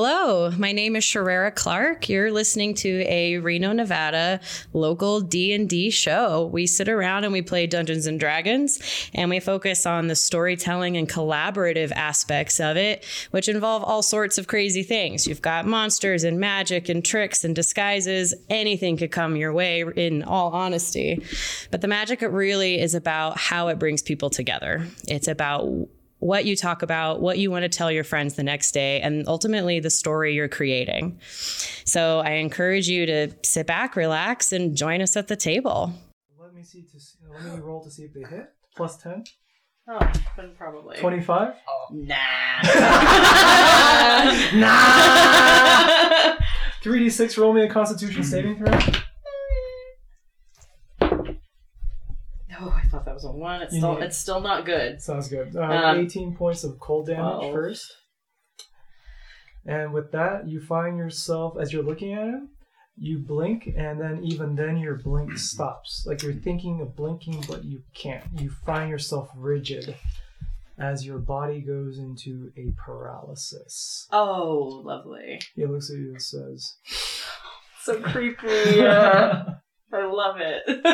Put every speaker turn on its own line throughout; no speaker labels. Hello, my name is Sherrera Clark. You're listening to a Reno, Nevada local D&D show. We sit around and we play Dungeons and Dragons and we focus on the storytelling and collaborative aspects of it, which involve all sorts of crazy things. You've got monsters and magic and tricks and disguises. Anything could come your way in all honesty. But the magic it really is about how it brings people together. It's about what you talk about, what you want to tell your friends the next day, and ultimately the story you're creating. So I encourage you to sit back, relax, and join us at the table.
Let me see to see, let me roll to see if they hit. Plus 10.
Oh, then probably.
25.
Nah.
Nah. 3d6 roll me a constitution saving throw.
Oh, I thought that was a one. It's still,
Yeah.
it's still not good.
Sounds good. Uh,
Um,
18 points of cold damage
Twelve.
first. And with that, you find yourself, as you're looking at him, you blink, and then even then your blink stops. Like you're thinking of blinking, but you can't. You find yourself rigid as your body goes into a paralysis.
Oh, lovely.
He looks at you and says,
So creepy. I love it.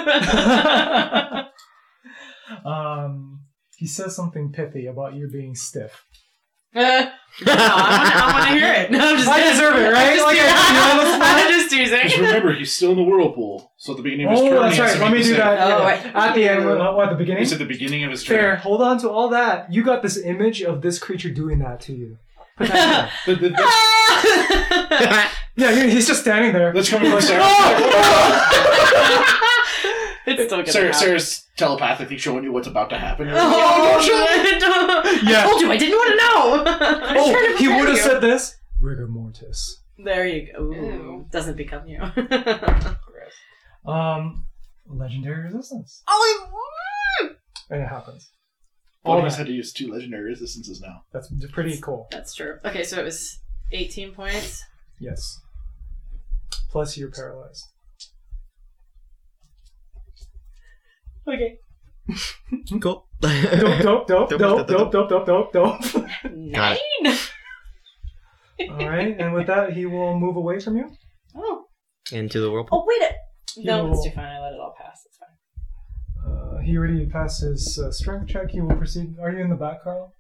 um, He says something pithy about you being stiff.
I want to hear it. No, I'm just
I deserve it, right?
I'm just,
Like, I- you know, that's
I'm just
Just
teasing.
remember, he's still in the whirlpool. So at the beginning of his
Oh,
turn,
that's
he has
right.
to
Let
make
me
the
do
save.
that.
Oh,
yeah.
I-
At the end, oh, at the beginning.
It's at the beginning of his
Fair.
turn.
Hold on to all that. You got this image of this creature doing that to you. Put that
Th- th-
in
th-
there. yeah, he- he's just standing there.
That's coming from Sarah.
Oh!
it's still gonna
Sarah-
happen.
Sarah's telepathically showing you what's about to happen.
Oh, shit.
Yeah.
I told you I didn't want to know.
Oh, he would have
you.
said this. Rigor mortis.
There you go. Ooh,
Ew.
Doesn't become you.
Um, legendary resistance,
oh,
and it happens.
All
All
he's
that.
had to use two legendary resistances now.
That's pretty cool.
that's true. Okay, so it was 18 points.
Yes. Plus, you're paralyzed.
Okay.
Cool.
Dope, dope, dope,
Dope,
dope,
dope,
dope, dope, dope, dope, dope.
Nine.
All right, and with that, he will move away from you.
Oh.
Into the whirlpool.
Oh, wait. A- no,
You-
it's too fine. I let it all pass. It's fine.
Uh, he already passed his uh, strength check. He will proceed. Are you in the back, Carl?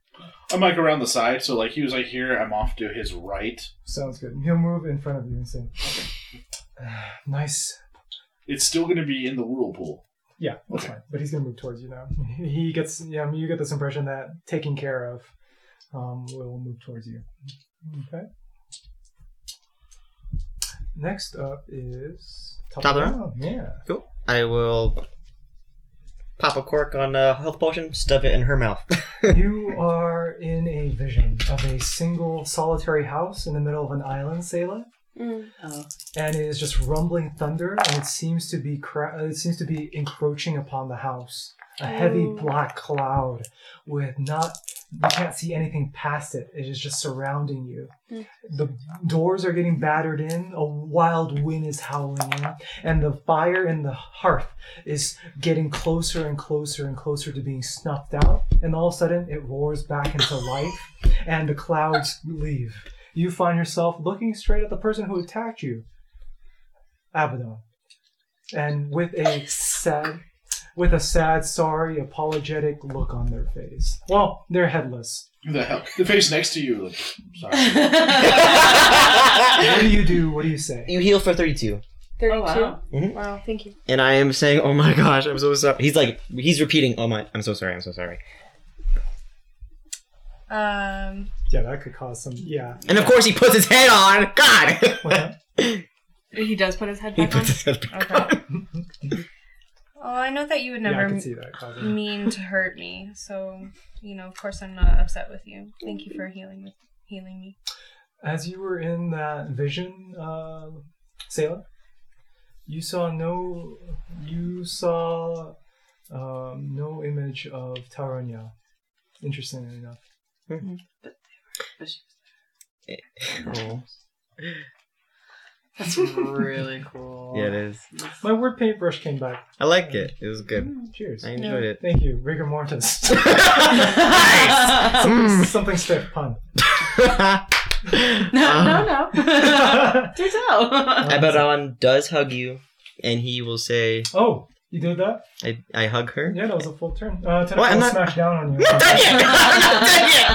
I'm like around the side, so like he was like here, I'm off to his right.
Sounds good. He'll move in front of you and say, "Ah, "Nice."
It's still going to be in the whirlpool.
Yeah, that's fine. But he's gonna move towards you now. He gets. Yeah, I mean, you get this impression that taking care of um, will move towards you. Okay. Next up is
Top of the round?
Yeah.
Cool. I will pop a cork on a health potion, stuff it in her mouth.
you are in a vision of a single solitary house in the middle of an island, Selah.
Oh.
and it is just rumbling thunder, and it seems to be cra- uh, it seems to be encroaching upon the house. A heavy
Oh.
black cloud with not you can't see anything past it. It is just surrounding you. The doors are getting battered in. A wild wind is howling in, and the fire in the hearth is getting closer and closer and closer to being snuffed out. And all of a sudden, it roars back into life, and the clouds leave. You find yourself looking straight at the person who attacked you. Abaddon. And with a sad with a sad, sorry, apologetic look on their face. Well, they're headless.
Who the hell? The face next to you. Like, sorry.
What do you do? What do you say?
you heal for 32.
32.
Oh, wow.
Wow, thank you.
And I am saying, oh my gosh, I'm so sorry. He's like, he's repeating, oh my, I'm so sorry, I'm so sorry.
Um,
Yeah, that could cause some yeah.
And of course he puts his head on. God!
What's that?
he does put his head
he
back on.
puts his head back on.
Okay. Oh, I know that you would
yeah, I
never
can see that causing.
mean to hurt me, so you know, of course, I'm not upset with you. Thank you for healing with healing me.
As you were in that vision, uh Sailor, you saw no you saw um, no image of Taronya. Interestingly enough.
Oh.
That's really cool.
Yeah, it is.
My word paintbrush came back.
I like it. It was good.
Mm, Cheers.
I enjoyed it.
Thank you. Rigor mortis.
Nice!
Something stiff pun.
Um,
no, no. Do tell.
Abaddon does hug you, and he will say,
oh, you did that?
I, I hug her.
Yeah, that was a full turn. Uh, Tentacle
What, I'm
will
not-
smash down on you.
Dang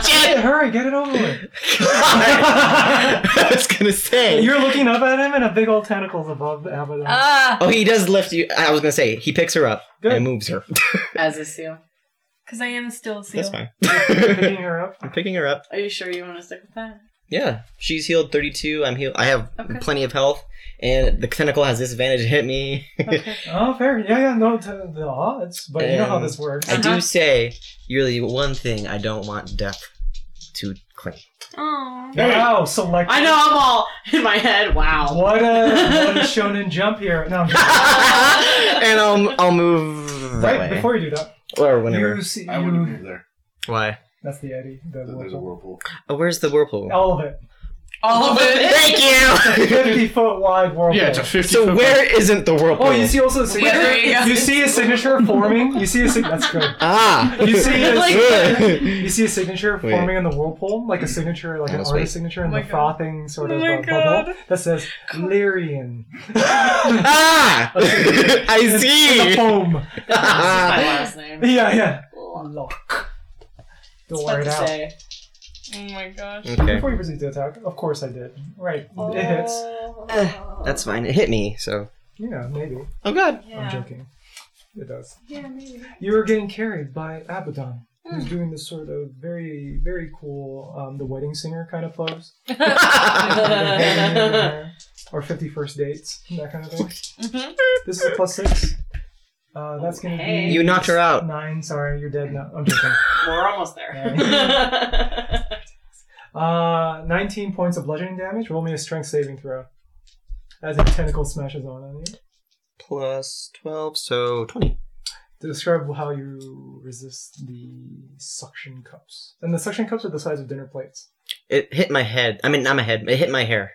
Hey, hurry, get it over with.
I was gonna say.
You're looking up at him, and a big old tentacle's above Abaddon.
Ah.
oh, he does lift you. I was gonna say he picks her up
Good.
and moves her.
As a seal.
Because I am still a seal.
That's fine.
picking her up.
I'm picking her up.
Are you sure you want to stick with that?
Yeah, she's healed 32. I'm healed. I have
Okay.
plenty of health, and the tentacle has disadvantage to hit me.
Oh, fair. Yeah, yeah, no, t- the, aw, it's, but you know how
And
this works.
I
Uh-huh.
do say you're the one thing I don't want death to claim.
Aw.
Wow, select.
I know I'm all in my head. Wow.
What a, what a shonen jump here. No, I'm just-
and I'll I'll move that
right
way
before you do that,
or whenever.
you see.
I wouldn't
You,
move there.
Why?
that's the Eddie. The
There's a
whirlpool.
whirlpool.
Oh, where's the whirlpool?
All of it.
All of it.
Thank you.
50 foot wide whirlpool.
Yeah, it's a 50
so
foot
where isn't the whirlpool?
Oh, you see also the signature.
there you go.
you see a signature forming. You see a sig- that's good.
Ah,
You see a-
Like-
You see a signature
Wait.
forming in the whirlpool, like a signature, like an
Almost
artist
wait.
signature, in
Oh my
the
God.
frothing sort
Oh
of
my
uh,
God.
bubble that says Lyrian.
ah, I
The
see.
foam.
That's my last name.
Yeah, yeah.
It's
Lock. Don't
about
worry it
to
out.
say.
Oh my gosh.
Okay,
Before you proceed to attack, of course I did. Right, it hits.
Eh, that's fine. It hit me, so
Yeah, maybe.
oh god.
I'm
Yeah.
joking. It does.
Yeah, maybe.
You were getting carried by Abaddon, who's doing this sort of very, very cool, um, the wedding singer kind of pose. or 51st dates, that kind of thing.
Mhm.
This is a plus six. Uh, that's gonna
Okay.
be
You knocked her out.
nine. Sorry, you're dead. No, I'm joking.
We're almost there.
Uh, 19 points of bludgeoning damage. Roll me a strength saving throw. As a tentacle smashes on on you.
Plus twelve, so twenty.
Describe how you resist the suction cups. And the suction cups are the size of dinner plates.
It hit my head. I mean, not my head. It hit my hair,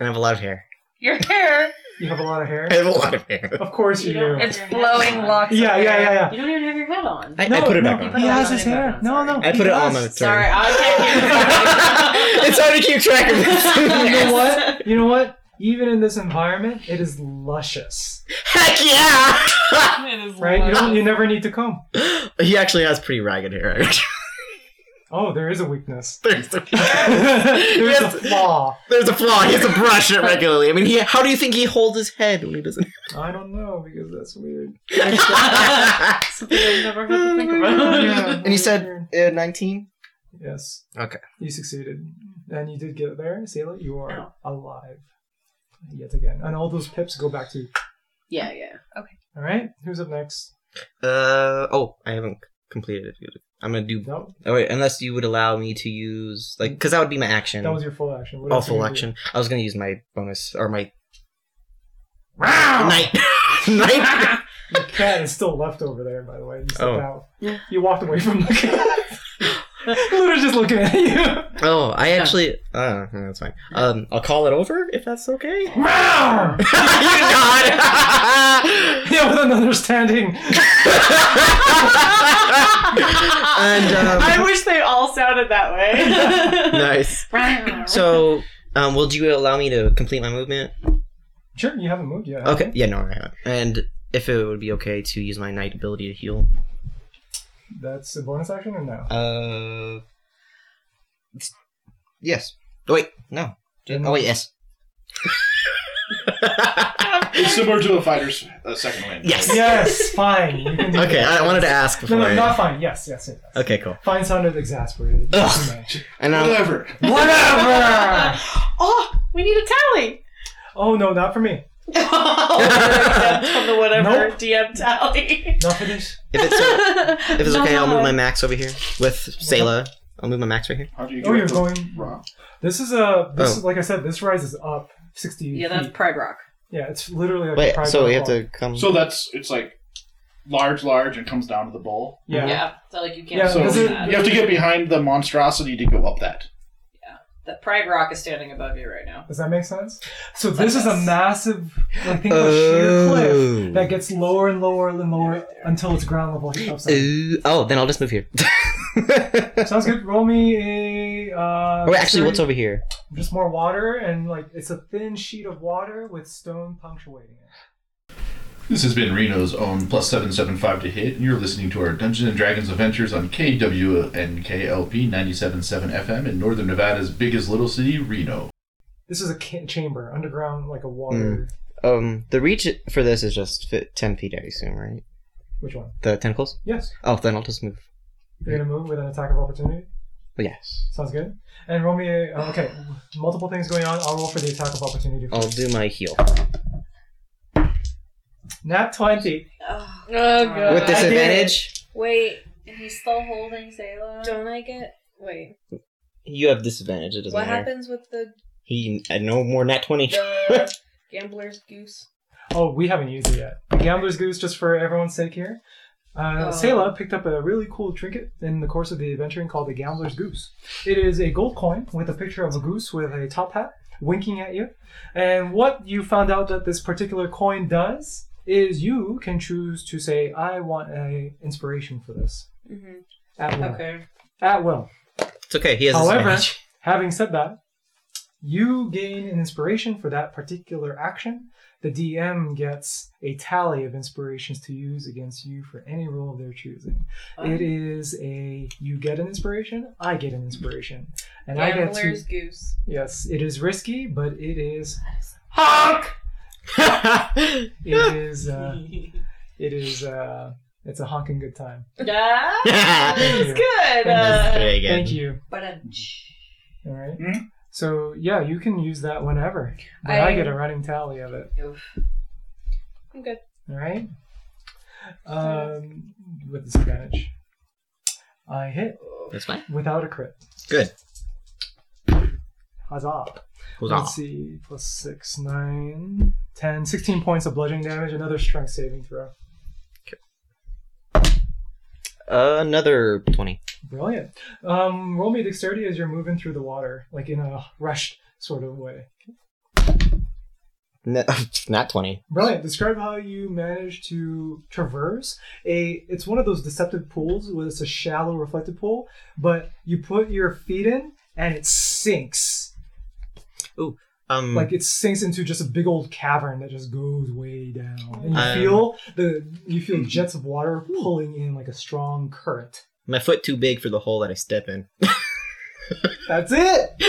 and I have a lot of hair.
Your hair.
You have a lot of hair.
I have a lot of hair.
Of course you
You
do.
don't-
It's blowing locks. of
Yeah, yeah,
hair.
yeah, yeah.
you don't even have your head on.
I, I put it back
no,
on.
put
He
it
has
on
his
anyway,
hair.
I'm
No,
sorry.
no.
I
he
put it on
does.
my turn.
Sorry, I can't hear.
it's hard to keep track of
You
this.
know what? You know what? Even in this environment, it is luscious.
Heck yeah!
It is
Right? You
locked.
don't. You never need to comb.
he actually has pretty ragged hair.
Oh, there is a weakness.
there's, a,
There's a
Yes.
flaw.
there's a flaw. He has to brush it regularly. I mean, he, how do you think he holds his head when he doesn't?
I don't know because that's weird.
Something I've never had to think
God.
about.
Yeah.
and he said uh, 19?
Yes.
Okay.
You succeeded, and you did get there, Sayla. You are
Ow.
alive yet again, and all those pips go back to you.
Yeah, yeah.
All right. Who's up next?
Uh, oh, I haven't completed it. I'm gonna do.
No,
Oh, wait, unless you would allow me to use. Like, because that would be my action.
that was your full action. What
Oh,
else are you
full
gonna do?
action. I was gonna use my bonus or my
Oh.
night night.
Your cat is still left over there, by the way. You stepped
Oh.
out. You walked away from the cat. Literally just looking at you.
Oh, I actually. Uh, no, that's fine. Um, I'll call it over if that's okay. you
Rawr!
nod.
Yeah, with an understanding.
and um,
I wish they all sounded that way.
nice. So, um, will you allow me to complete my movement?
Sure, you haven't moved yet. have
Okay. Yeah. No, I haven't. And if it would be okay to use my night ability to heal.
you? That's a bonus action or no?
Uh. it's- Yes. Oh, wait. No. Oh wait. Yes.
It's similar to a fighter's uh, second wind.
yes.
Yes, fine. You can do
Okay,
that.
I wanted to ask before.
No, no,
I-
not fine. Yes, yes, yes. yes.
Okay, cool.
Fine sounded exasperated.
Ugh. And um,
Whatever.
Whatever!
oh, we need a tally.
Oh, no, not for me.
Oh, we're exempt from the whatever
Nope.
DM tally.
Not for this.
if it's if it's okay, I'll move my
No.
max over here with Sayla. I'll move my max right here.
How do you
Oh,
get
you're
the-
going-
Wrong.
This is a. This,
Oh.
Like I said, this rises up 60
Yeah,
feet.
that's Pride Rock.
Yeah, it's literally like a
Wait,
private
so we have
wall.
to come.
So that's it's like large, large, and comes down to the bowl.
Yeah.
Yeah, so like you can't.
Yeah,
So
this
you
is-
have to get behind the monstrosity to go up that.
That Pride Rock is standing above you right now.
Does that make sense? So
That
this is a
does.
massive, like think of a
Oh.
sheer cliff
Ooh.
that gets lower and lower and lower until it's ground level. Upside.
Ooh. Oh, then I'll just move here.
Sounds good. Roll me a. Uh,
Oh, wait, actually, what's
thirty-
over here?
Just more water, and like it's a thin sheet of water with stone punctuating it.
This has been Reno's own plus 775 to hit, and you're listening to our Dungeons and Dragons adventures on KWNKLP 97.7 FM in Northern Nevada's biggest little city, Reno.
This is a ca- chamber underground, like a water.
Um, the reach for this is just fit ten feet, I assume, right?
Which one?
The tentacles.
Yes.
Oh, then I'll just move.
You're gonna move with an attack of opportunity.
But yes,
Sounds good. And roll me. A, uh, okay, multiple things going on. I'll roll for the attack of opportunity.
I'll do my heal
Uh,
Nat twenty.
Oh,
Oh, God.
with
this-
disadvantage.
wait, he's still holding Zayla. Don't I get? Wait,
You have disadvantage. It doesn't
what
matter.
happens with the,
He uh, no more nat twenty.
the gambler's goose?
Oh, we haven't used it yet. The gambler's goose, just for everyone's sake here. Uh,
Oh.
Selah picked up a really cool trinket in the course of the adventuring called the Gambler's Goose. It is a gold coin with a picture of a goose with a top hat winking at you. And what you found out that this particular coin does is you can choose to say, I want a inspiration for this.
Mm-hmm.
At will.
Okay.
At will.
It's okay. He has
However,
disadvantage.
having said that, you gain an inspiration for that particular action. The DM gets a tally of inspirations to use against you for any role of their choosing. It is a you get an inspiration, I get an inspiration, and I get
Gambler's
to.
goose.
Yes, it is risky, but it is it is uh, it is uh, it's a honking good time.
Yeah,
Thank
that's
you.
good.
That's
Uh,
very good.
Thank you.
but i
um,
All right.
Mhm.
So yeah, you can use that whenever, but I
I-
get a running tally of it.
I'm good.
All right. Um, with disadvantage, I hit
That's fine.
without a crit.
Good.
Huzzah!
Hold on.
Let's see, plus six, nine, ten, sixteen points of bludgeoning damage. Another strength saving throw.
another twenty.
Brilliant. Um, roll me dexterity as you're moving through the water, like in a rushed sort of way.
No, not twenty.
Brilliant. Describe how you manage to traverse a. It's one of those deceptive pools where it's a shallow reflective pool, but you put your feet in and it sinks.
Um,
Like it sinks into just a big old cavern that just goes way down, and you
Um,
feel the you feel jets of water pulling in like a strong current.
my foot too big for the hole that I step in.
That's it.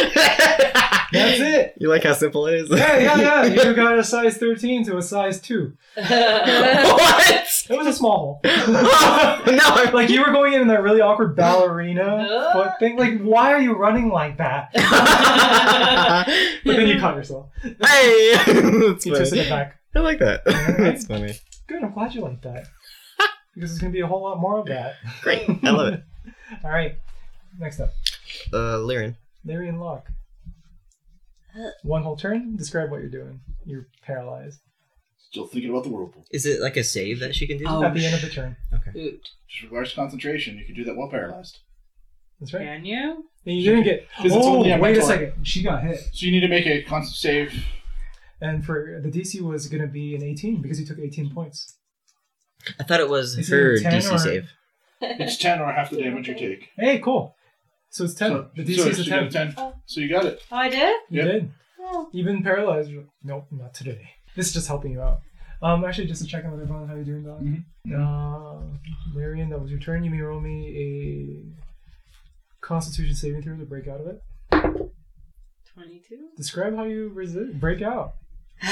That's it.
You like how simple it is?
Yeah, yeah, yeah. You got a size 13 to a size 2.
what?
It was a small hole.
Oh, no, I'm
Like, you were going in that really awkward ballerina
Uh.
foot thing. Like, why are you running like that? But then you caught yourself.
hey, that's
You twisted it
funny.
back.
I like that.
Alright.
that's funny.
Good, I'm glad you like that. Because there's going to be a whole lot more of that.
Great, I love it.
All right, next up.
Uh, Lyran.
Larry and Locke. One whole turn. Describe what you're doing. You're paralyzed.
Still thinking about the whirlpool.
Is it like a save that she can do?
Oh.
At the end of the turn.
Oot.
Just requires concentration. You can do that while paralyzed.
That's right.
Can you?
And you didn't get.
Because it's
Oh,
only a
wait a
mental-
second. She got hit.
So you need to make a con save.
And for the DC was going to be an 18 because he took 18 points.
I thought it was
Is it
her
a 10
DC
or-
save.
It's 10 or half the damage you take.
Hey, cool. So it's 10.
So,
the DC
so
is a
you
10.
got a 10. So you got it.
Oh, I did.
You
Yep.
did. Even paralyzed. you're like, Nope, not today. This is just helping you out. Um, actually, just to check in with everyone, how you doing, Doc? Mm-hmm.
Mhm.
Uh, Larian, that was your turn. You may roll me a Constitution saving throw to break out of it.
22?
Describe how you resist, break out.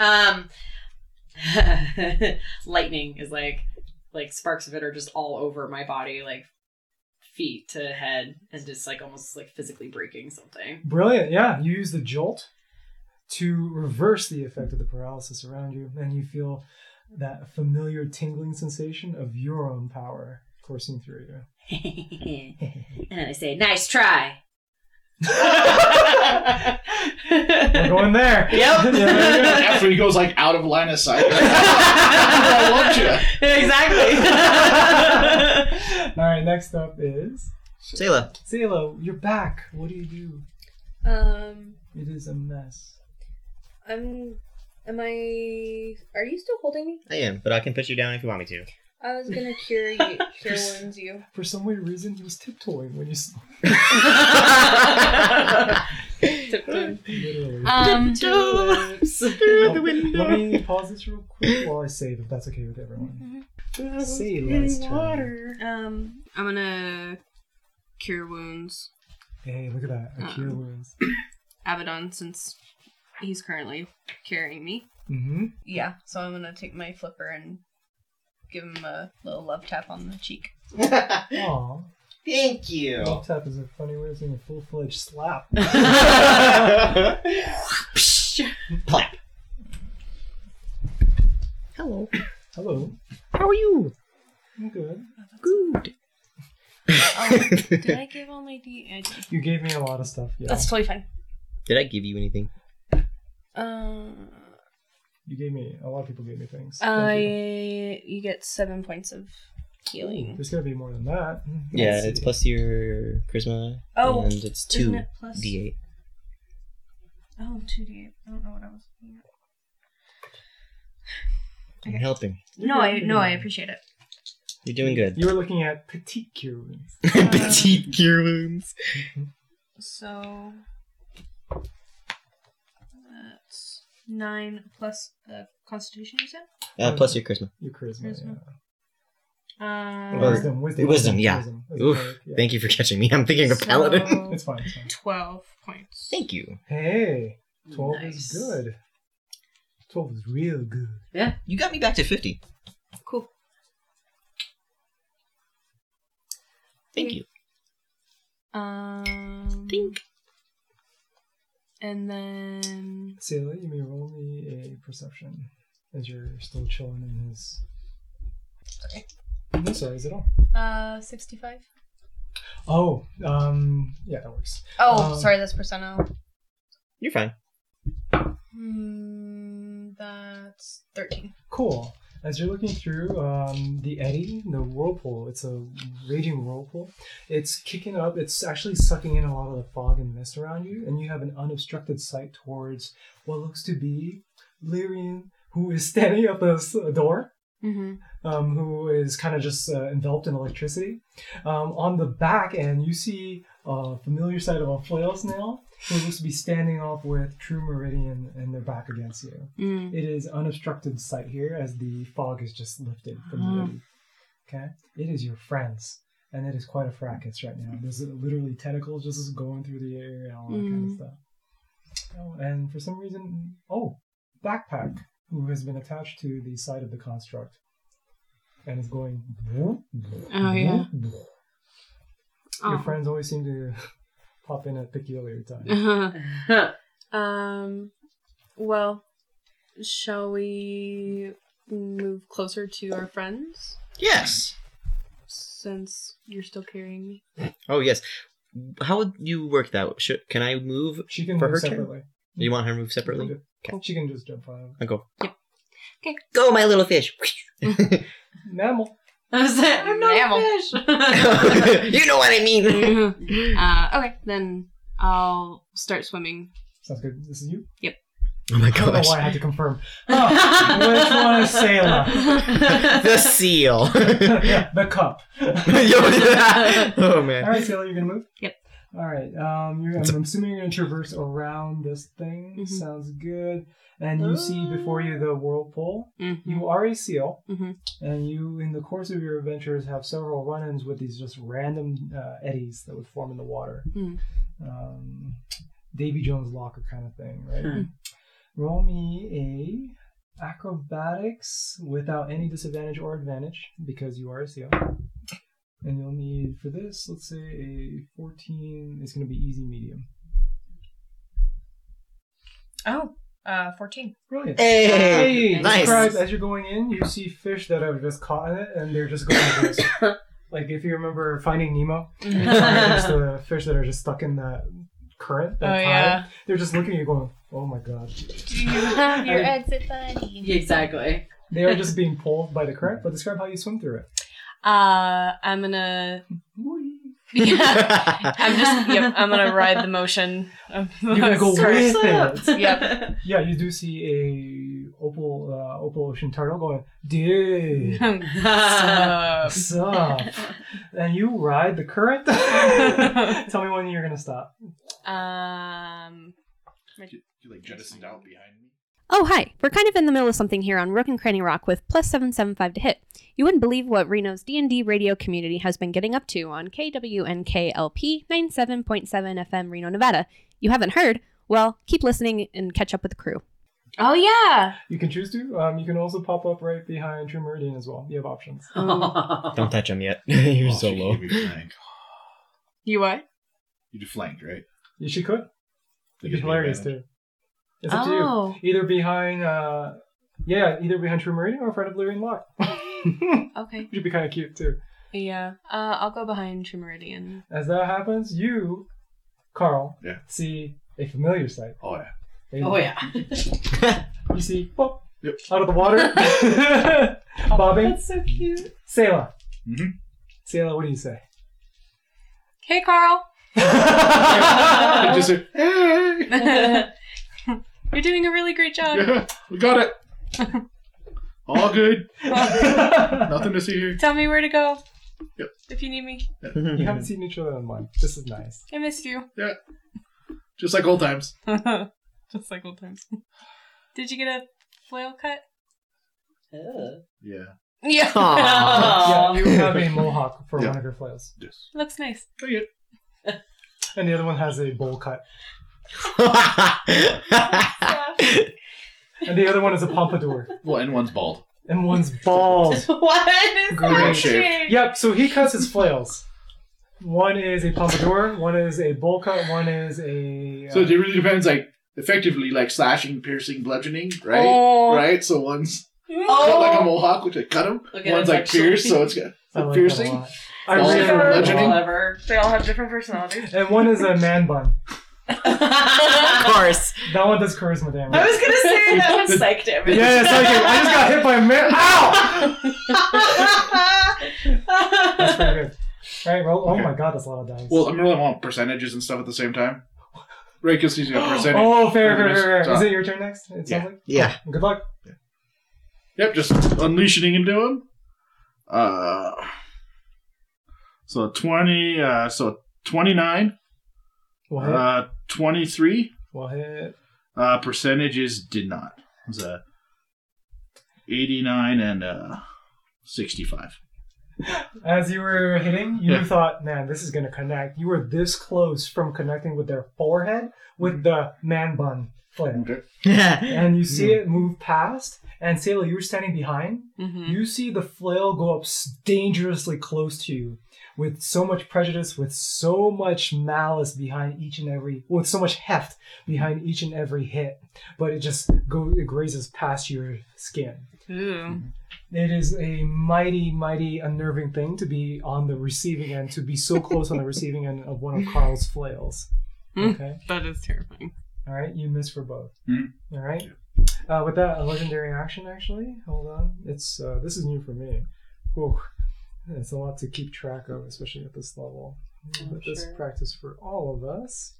um, lightning is like, like sparks of it are just all over my body, like feet to head, and just like almost like physically breaking something.
Brilliant. Yeah, you use the jolt to reverse the effect of the paralysis around you, and you feel that familiar tingling sensation of your own power coursing through you.
and then I say, "Nice try."
We're going there.
Yep.
Yeah.
After he goes like out of line of sight. I want you.
exactly.
All right. Next up is
Sayla.
Zalo. You're back. What do you do?
Um,
It is a mess.
I'm. Am I? Are you still holding me?
I am, but I can put you down if you want me to.
I was gonna cure you, cure wounds you.
For some weird reason, he was tiptoeing when you s- literally.
Um,
Tulips.
Oh, Let me pause this real quick while I save, if that's okay with everyone. Save last turn.
um,
I'm gonna cure wounds.
Hey, look at that. A cure wounds.
Abaddon, since he's currently carrying me.
Mm-hmm.
yeah. So I'm gonna take my flipper and give him a little love tap on the cheek.
Aw.
Thank you.
Love tap is a funny way of saying a full fledged slap.
Plap.
Hello. Hello. How are you? I'm good.
Good.
Did I give all my D? I did.
You gave me a lot of stuff. Yeah.
That's totally fine.
Did I give you anything?
Um,
you gave me a lot of people gave me things. Thank you.
I you get seven points of healing.
There's gotta be more than that. Mm-hmm.
Yeah,
Let's
it's
see.
plus your charisma,
Oh,
and it's
isn't
two
it plus-
d8.
Oh, 2d8. I don't know what I was looking at.
I'm helping.
No, I no, I appreciate it.
You're doing good. Um,
You were looking at petite cure wounds.
Um,
Petite cure wounds.
So that's nine plus uh, Constitution. You said.
Uh, plus your charisma.
Your charisma.
Charisma.
Yeah.
Uh,
Or-
Wisdom, wisdom,
Wisdom, yeah.
That's
Oof.
correct, yeah.
Thank you for catching me. I'm thinking of paladin.
so
It's fine. It's fine.
Twelve points.
Thank you.
Hey, twelve
Nice.
is good. Twelve is real good.
Yeah.
You got me back to fifty.
Cool.
Thank you.
Um.
Think.
And then
Sailor, you may roll me a perception as you're still chilling in his. Sorry. No sorries at all.
uh, sixty-five.
Oh, um, yeah, that works.
Oh,
Um,
sorry, that's persona.
You're fine.
Hmm, that's thirteen.
Cool. As you're looking through um, the eddy, the whirlpool, it's a raging whirlpool. It's kicking up, it's actually sucking in a lot of the fog and mist around you, and you have an unobstructed sight towards what looks to be Lyrian, who is standing up a, s- a door, um, who is kind of just uh, enveloped in electricity. Um, on the back end, you see a familiar sight of a flail snail who looks to be standing off with True Meridian and their back against you. It is unobstructed sight here as the fog is just lifted from the eddy. Okay? It is your friends. And it is quite a fracas right now. There's literally tentacles just going through the air and all that kind of stuff. Oh, and for some reason, oh, Backpack, who has been attached to the side of the construct and is going. Oh,
yeah.
Your
Oh.
friends always seem to pop in at peculiar times.
um, well, shall we move closer to our friends
Yes.
since you're still carrying me?
Oh yes. How would you work that? Should, can I move?
She can
For
move
her turn?
separately.
You want her to move separately?
She can just jump out.
I go.
Yep. Okay.
Go, my little fish.
Mammal.
I was like, I'm not
Mammal.
a fish.
you know what I mean.
uh, okay, then I'll start swimming.
Sounds good. This is you.
Oh my
I don't
gosh.
know why I had to confirm. Oh, which one is Sailor?
Mm-hmm.
The seal.
the cup.
oh
All
man.
right, Sailor, you're gonna move.
Yep.
All right. Um, you're,
It's a-
I'm assuming you're gonna traverse around this thing.
Mhm.
Sounds good. And you see before you the whirlpool.
Mhm.
You are a seal,
Mhm.
and you, in the course of your adventures, have several run-ins with these just random uh, eddies that would form in the water.
Mm.
Um, Davy Jones locker kind of thing, right?
Hmm.
Mm.
Roll me a acrobatics without any disadvantage or advantage because you are a seal. And you'll need for this, let's say a 14 is going to be easy medium.
Oh, uh, fourteen.
Brilliant.
Hey. Nice.
Describe, as you're going in, you see fish that have just caught in it, and they're just going like this. like if you remember Finding Nemo,
Mm-hmm.
there's the fish that are just stuck in that current, that
Oh,
tide.
yeah.
They're just looking at you, going, "Oh my god!"
Your exit buddy.
exactly.
They are just being pulled by the current. But describe how you swim through it.
Uh, I'm Uh, gonna
Yeah. I'm just, yep, I'm gonna ride the motion. Of
You're gonna go with it.
Yep.
Yeah, you do see a opal, uh, opal ocean turtle going, dude,
Sup.
what's up? and you ride the current. Tell me when you're gonna stop.
um,
You, you like jettisoned out behind me.
Oh, hi. We're kind of in the middle of something here on Rook and Cranny Rock with plus 775 to hit. You wouldn't believe what Reno's D&D radio community has been getting up to on KWNKLP 97.7 FM Reno, Nevada. You haven't heard? Well, keep listening and catch up with the crew.
Oh yeah.
You can choose to. Um, you can also pop up right behind True Meridian as well. You have options.
Don't touch him yet. You're
Oh,
so
shit,
low.
You do flanked,
you what?
you do flanked right?
You she could.
That
It'd
gives
be
me
hilarious
advantage.
too. It's up to
Oh.
you. Either behind, uh, yeah, either behind True Meridian or in front of Lyrian Lock. Which
Okay.
would be kind of cute too.
Yeah. Uh, I'll go behind Trimeridian.
As that happens, you, Carl,
Yeah.
see a familiar sight.
Oh yeah.
oh yeah.
You see, oh,
Yep.
out of the water, bobbing,
That's so cute.
Sayla. Mm-hmm.
Mhm.
Sayla, what do you say?
Hey, Carl.
It just said, hey,
You're doing a really great job.
yeah, we got it. All good. Nothing to see here.
Tell me where to go.
Yep.
If you need me,
you haven't seen each other in a month. This is nice.
I missed you.
Just like old times.
Just like old times. Did you get a flail cut?
Yeah.
Yeah.
Aw.
Oh.
Yeah, you have a mohawk for
Yeah.
one of your flails,
Yes.
Looks nice.
Thank you.
and the other one has a bowl cut, and the other one is a pompadour,
Well, and one's bald.
and one's bald.
What is
Great
that
shape.
thing?
Yep. So he cuts his flails. One is a pompadour, one is a bowl cut, one is a.
So
uh,
it really depends, like effectively, like slashing, piercing, bludgeoning, right?
Oh.
Right. So one's cut like a
Oh,
mohawk, which I cut him.
Look at
one's
us,
like
actually.
pierced, so it's got
I like that a
piercing.
lot. I
Bald
really
for
like that a
bludgeoning.
lot.
Whatever.
They all have different personalities.
And one is a man bun.
I
course.
That one does charisma damage.
was gonna say that one's psych damage.
Yeah, it's like I just got hit by a man. Ow! That's pretty good. All right, roll. Oh
Okay.
my god, that's a lot of dice.
Well, I'm really want percentages and stuff at the same time, right? Because he's got percentage.
oh, fair, fair,
Fair
fair,
is-
fair. Is it your turn next? It sounds like.
Yeah.
Good luck.
Yep, just unleashing into him. Uh, so twenty. Uh, so twenty-nine.
We'll hit.
Uh, twenty-three.
We'll hit.
Uh, percentages did not. It was a eighty-nine and uh, sixty-five.
As you were hitting, you
Yeah.
thought, man, this is gonna connect. You were this close from connecting with their forehead with
Mm-hmm.
the man bun flail.
Okay.
And you see it move past, and Sayla, you were standing behind,
Mm-hmm.
You see the flail go up s- dangerously close to you, with so much prejudice, with so much malice behind each and every, with so much heft behind each and every hit. But it just go, it grazes past your skin.
Ooh.
It is a mighty, mighty unnerving thing to be on the receiving end, to be so close on the receiving end of one of Carl's flails.
Mm.
Okay,
That is terrifying.
all right, you miss for both.
Mhm.
All right. Uh, with that, a legendary action actually. Hold on, it's uh, this is new for me. Whew. It's a lot to keep track of, especially at this level.
I'm
but this
sure.
practice for all of us.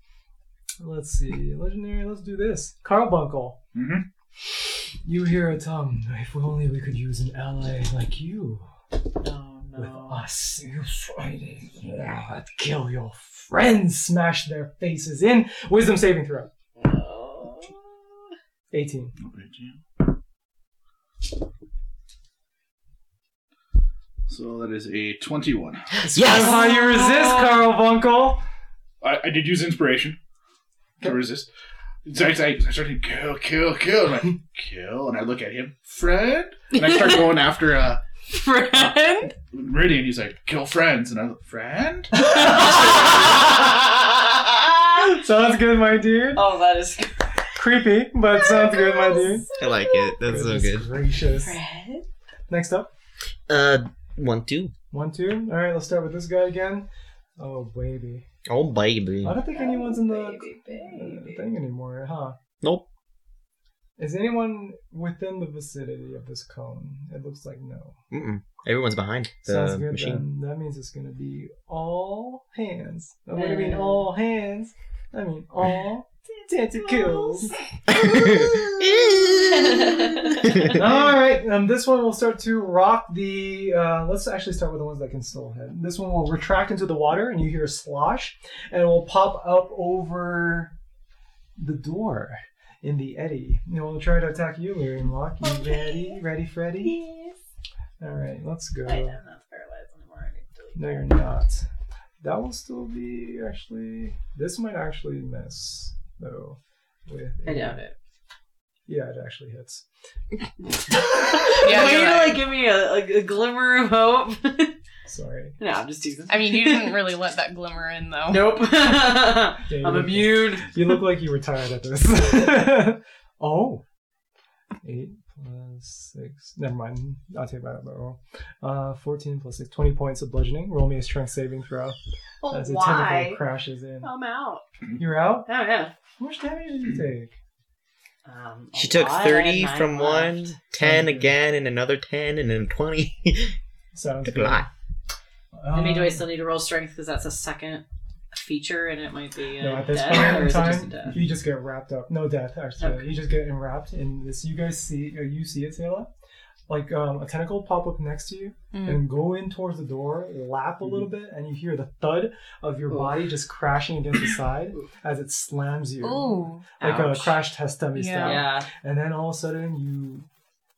Let's see, legendary. Let's do this. Carl Bunkle,
Mm-hmm.
you hear a tongue. If only we could use an ally like you
Oh
with
no.
us. You fighting? Yeah, I'd kill your friends. Smash their faces in. Wisdom saving throw.
No.
18.
So that is a 21.
Yes!
How you resist, Carl Bunkle?
I, I did use inspiration to
Okay.
resist. So I, I started kill, kill, kill. I'm like, kill. And I look at him, friend. And I start going after uh,
Friend?
Meridian. He's like, kill friends. And I'm like, friend?
Sounds good, my dude.
Oh, that is good.
Creepy, but sounds good, my dude.
I like it. That's so
Goodness
good.
Gracious. Next up,
Uh, one, two.
one, two. All right, let's start with this guy again. Oh baby,
Oh, baby.
I don't think anyone's in the
Baby,
uh,
baby.
thing anymore, huh?
Nope.
Is anyone within the vicinity of this cone? It looks like no.
Mm-mm. Everyone's behind the
Sounds good
machine.
then. That means it's gonna be all hands. Now, What do you mean all hands? I mean all tentacles. all right, um, this one will start to rock the. Uh, let's actually start with the ones that can still head. This one will retract into the water, and you hear a slosh, and it will pop up over the door in the eddy. And it will try to attack you, Larry and Locke. You ready? Ready, Freddy?
Yes.
All right, let's go.
I am not paralyzed anymore. I need to delete.
No, you're not. That will still be actually. This might actually miss though. With
I doubt it.
Yeah, it actually hits.
Yeah,
Way
you're
to,
right.
like,
give me a, glimmer of hope.
Sorry.
no, I'm just teasing.
I mean, you didn't really let that glimmer in, though.
nope. I'm
Yeah, you look-
immune.
You look like you were tired at this. oh. Eight plus six. Never mind. I'll take that roll. Uh, fourteen plus six. Twenty points of bludgeoning. Roll me a strength saving throw
Well,
as a tentacle
why?
crashes in.
I'm out.
You're out.
Oh yeah.
How much damage did you take?
Um,
She
a
took
lot, I had
30
nine
from
left.
one, 10
Mhm.
again, and another 10, and then 20.
Sounds
took a lot.
I mean, do I
Um,
still need to roll strength because that's a second feature and it might be a
No, at this
death,
point
or
in
is it just a
time,
death?
you just get wrapped up. No death, actually.
Okay.
You just get enwrapped in this. You guys see, uh, you see it, Sayla. Like um, a tentacle pop up next to you
Hmm.
and go in towards the door, lap a little bit, and you hear the thud of your
Ooh.
body just crashing against the side as it slams you,
Ooh.
like
Ouch.
a crash test dummy
Yeah.
style.
Yeah.
And then all of a sudden, you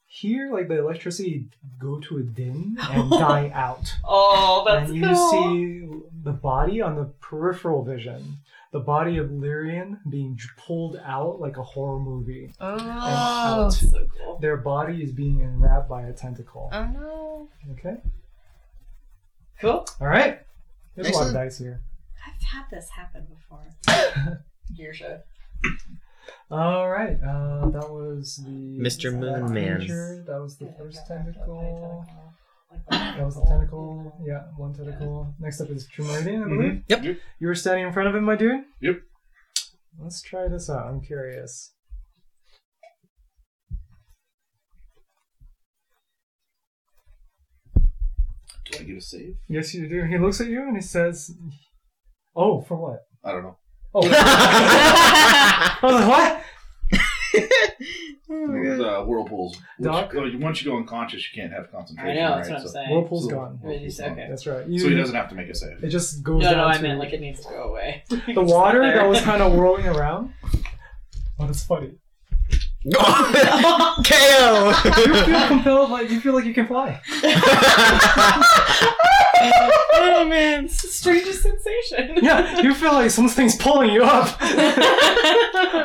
hear like the electricity go to a dim and die out
Oh, that's
and you
cool.
see the body on the peripheral vision, the body of Lyrian being j- pulled out like a horror movie. and
Oh.
out.
so cool.
Their body is being enwrapped by a tentacle.
Oh, no.
Okay.
Cool.
All right. There's a lot of
Excellent.
dice here.
I've had this happen before.
Your show.
All right. Uh, that was the
Mr.
that
Moon Man.
creature, That was the first tentacle.
That
That was the tentacle. Yeah, one tentacle. Next up is Tremoridian, I believe.
Yep.
Yep.
You were standing in front of him, my dude.
Yep.
Let's try this out. I'm curious.
Do I get a save?
Yes, you do. He looks at you and he says, "Oh, for what?"
I don't know.
Oh, I was like, "What?"
uh, whirlpools. Which,
Mm. Doc?
oh, you- once you go unconscious, you can't have concentration.
I know,
right?
that's what I'm
So-
saying.
Whirlpool's
so-
gone.
Whirlpool's gone.
Okay.
That's right. You,
So he doesn't have to make a save.
It just goes
No,
down
no, I
to
meant like it needs to go away.
the water that was kind of whirling around. Oh, that's funny. You feel
KO!
compelled, like you feel like you can fly.
oh man, it's the strangest sensation.
Yeah, you feel like something's pulling you up.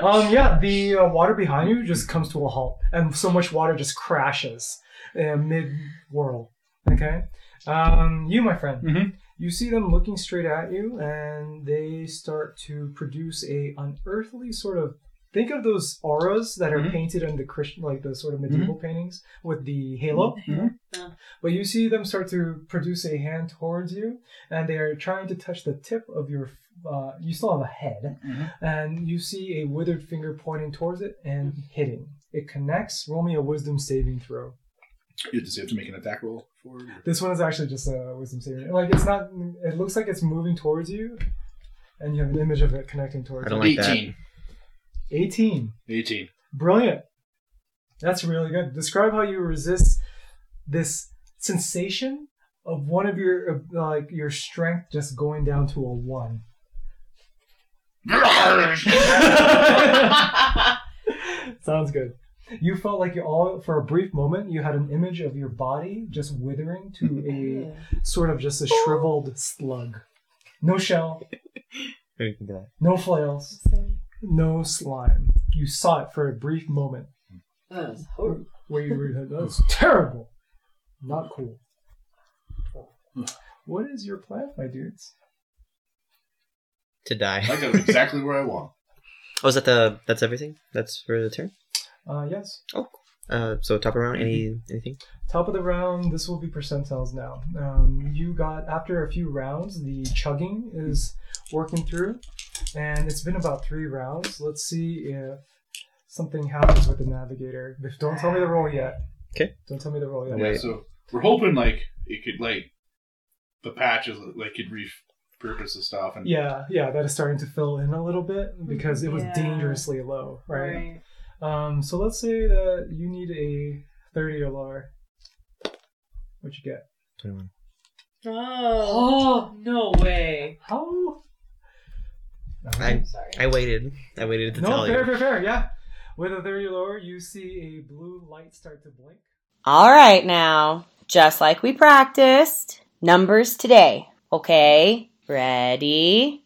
um, yeah, the uh, water behind you just comes to a halt, and so much water just crashes uh, mid whirl. Okay, um, you, my friend,
Mhm.
you see them looking straight at you, and they start to produce a unearthly sort of. Think of those auras that are
Mhm.
painted in the Christian, like the sort of medieval paintings with the halo.
Mhm.
Yeah.
But you see them start to produce a hand towards you, and they are trying to touch the tip of your. Uh, you still have a head,
Mhm.
and you see a withered finger pointing towards it and hitting. It connects. Roll me a wisdom saving throw.
You does he have to make an attack roll for it? or-
This one is actually just a wisdom saving. Like it's not. It looks like it's moving towards you, and you have an image of it connecting towards
I don't
you.
like that.
18.
Eighteen.
18.
Brilliant. That's really good. Describe how you resist this sensation of one of your of, like your strength just going down to a one. Sounds good. You felt like you all, for a brief moment, you had an image of your body just withering to a sort of just a shriveled slug. No shell,
You can do that.
no flails, no slime. You saw it for a brief moment
That was horrible.
where you were, that was terrible. Not cool. What is your plan, my dudes?
To die.
I got him exactly where I want.
Oh, is that the? That's everything. That's for the turn.
Uh, yes.
Oh, cool. Uh, so top around. Any
Mm-hmm.
anything?
Top of the round, this will be percentiles now. Um, you got, after a few rounds, the chugging is working through, and it's been about three rounds. Let's see if something happens with the navigator. If- Don't tell me the roll yet.
'Kay.
Don't tell me the roll yet.
Yeah,
Wait.
so we're hoping like it could like the patches like could repurpose the stuff and
Yeah, yeah, that is starting to fill in a little bit because it was
Yeah.
dangerously low, right? Um, so let's say that you need a 30 or lower. What you get?
21.
Oh.
Oh no way!
How?
I, I waited. I waited to
no,
tell
fair,
you.
fair, fair, yeah. With a 30 or lower, you see a blue light start to blink.
All right, now, just like we practiced, numbers today. Okay, ready?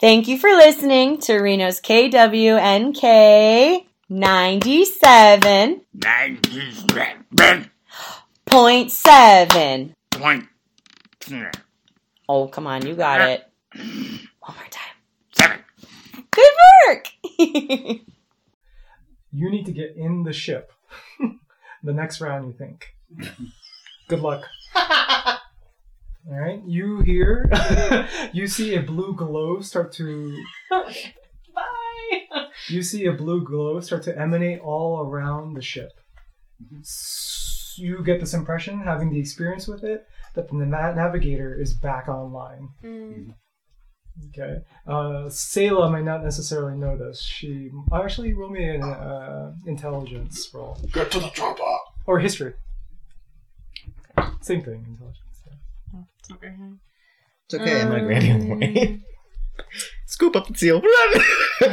Thank you for listening to Reno's KWNK 97.7.
Point.
Oh, come on, you got it. One more time.
Seven.
Good work!
You need to get in the ship. the next round, you think. Good luck. All right, you hear, you see a blue glow start to
Bye.
You see a blue glow start to emanate all around the ship. S- You get this impression, having the experience with it, that the nav- navigator is back online. Okay. Uh, Selah might not necessarily know this. She actually roll me an uh, intelligence roll
get to the chopper.
or history. Same thing, intelligence.
Okay.
It's okay. I'm gonna grab you
Um.
anyway. Scoop up the seal. Run.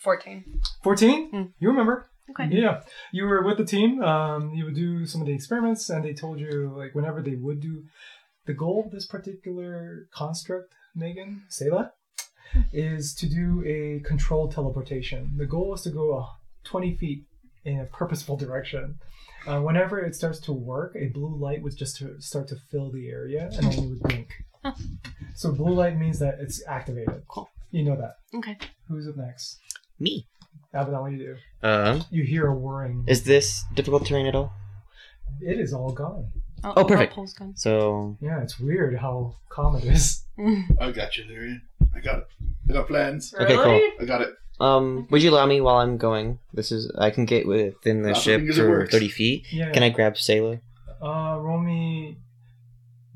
14.
14
Mm.
you remember
Okay.
yeah you were with the team um, you would do some of the experiments and they told you like whenever they would do the goal of this particular construct megan Selah, is to do a controlled teleportation the goal is to go uh, 20 feet in a purposeful direction uh, whenever it starts to work a blue light would just to start to fill the area and then it would blink so blue light means that it's activated cool you know that
Okay.
who's up next
Me.
Abaddon, what do you do
Um.
you hear a whirring.
Is this difficult terrain at all?
It is all gone.
I'll-
Oh,
I'll
perfect.
pulse guns.
So
Yeah, it's weird how calm it is.
I got you, Larry. I got it. I got plans.
Okay, cool.
Really?
I got it.
Um, would you allow me while I'm going? This is I can get within the
Not
ship
as long as it
for
works.
thirty feet.
Yeah.
Can I grab Sailor?
Uh, roll me.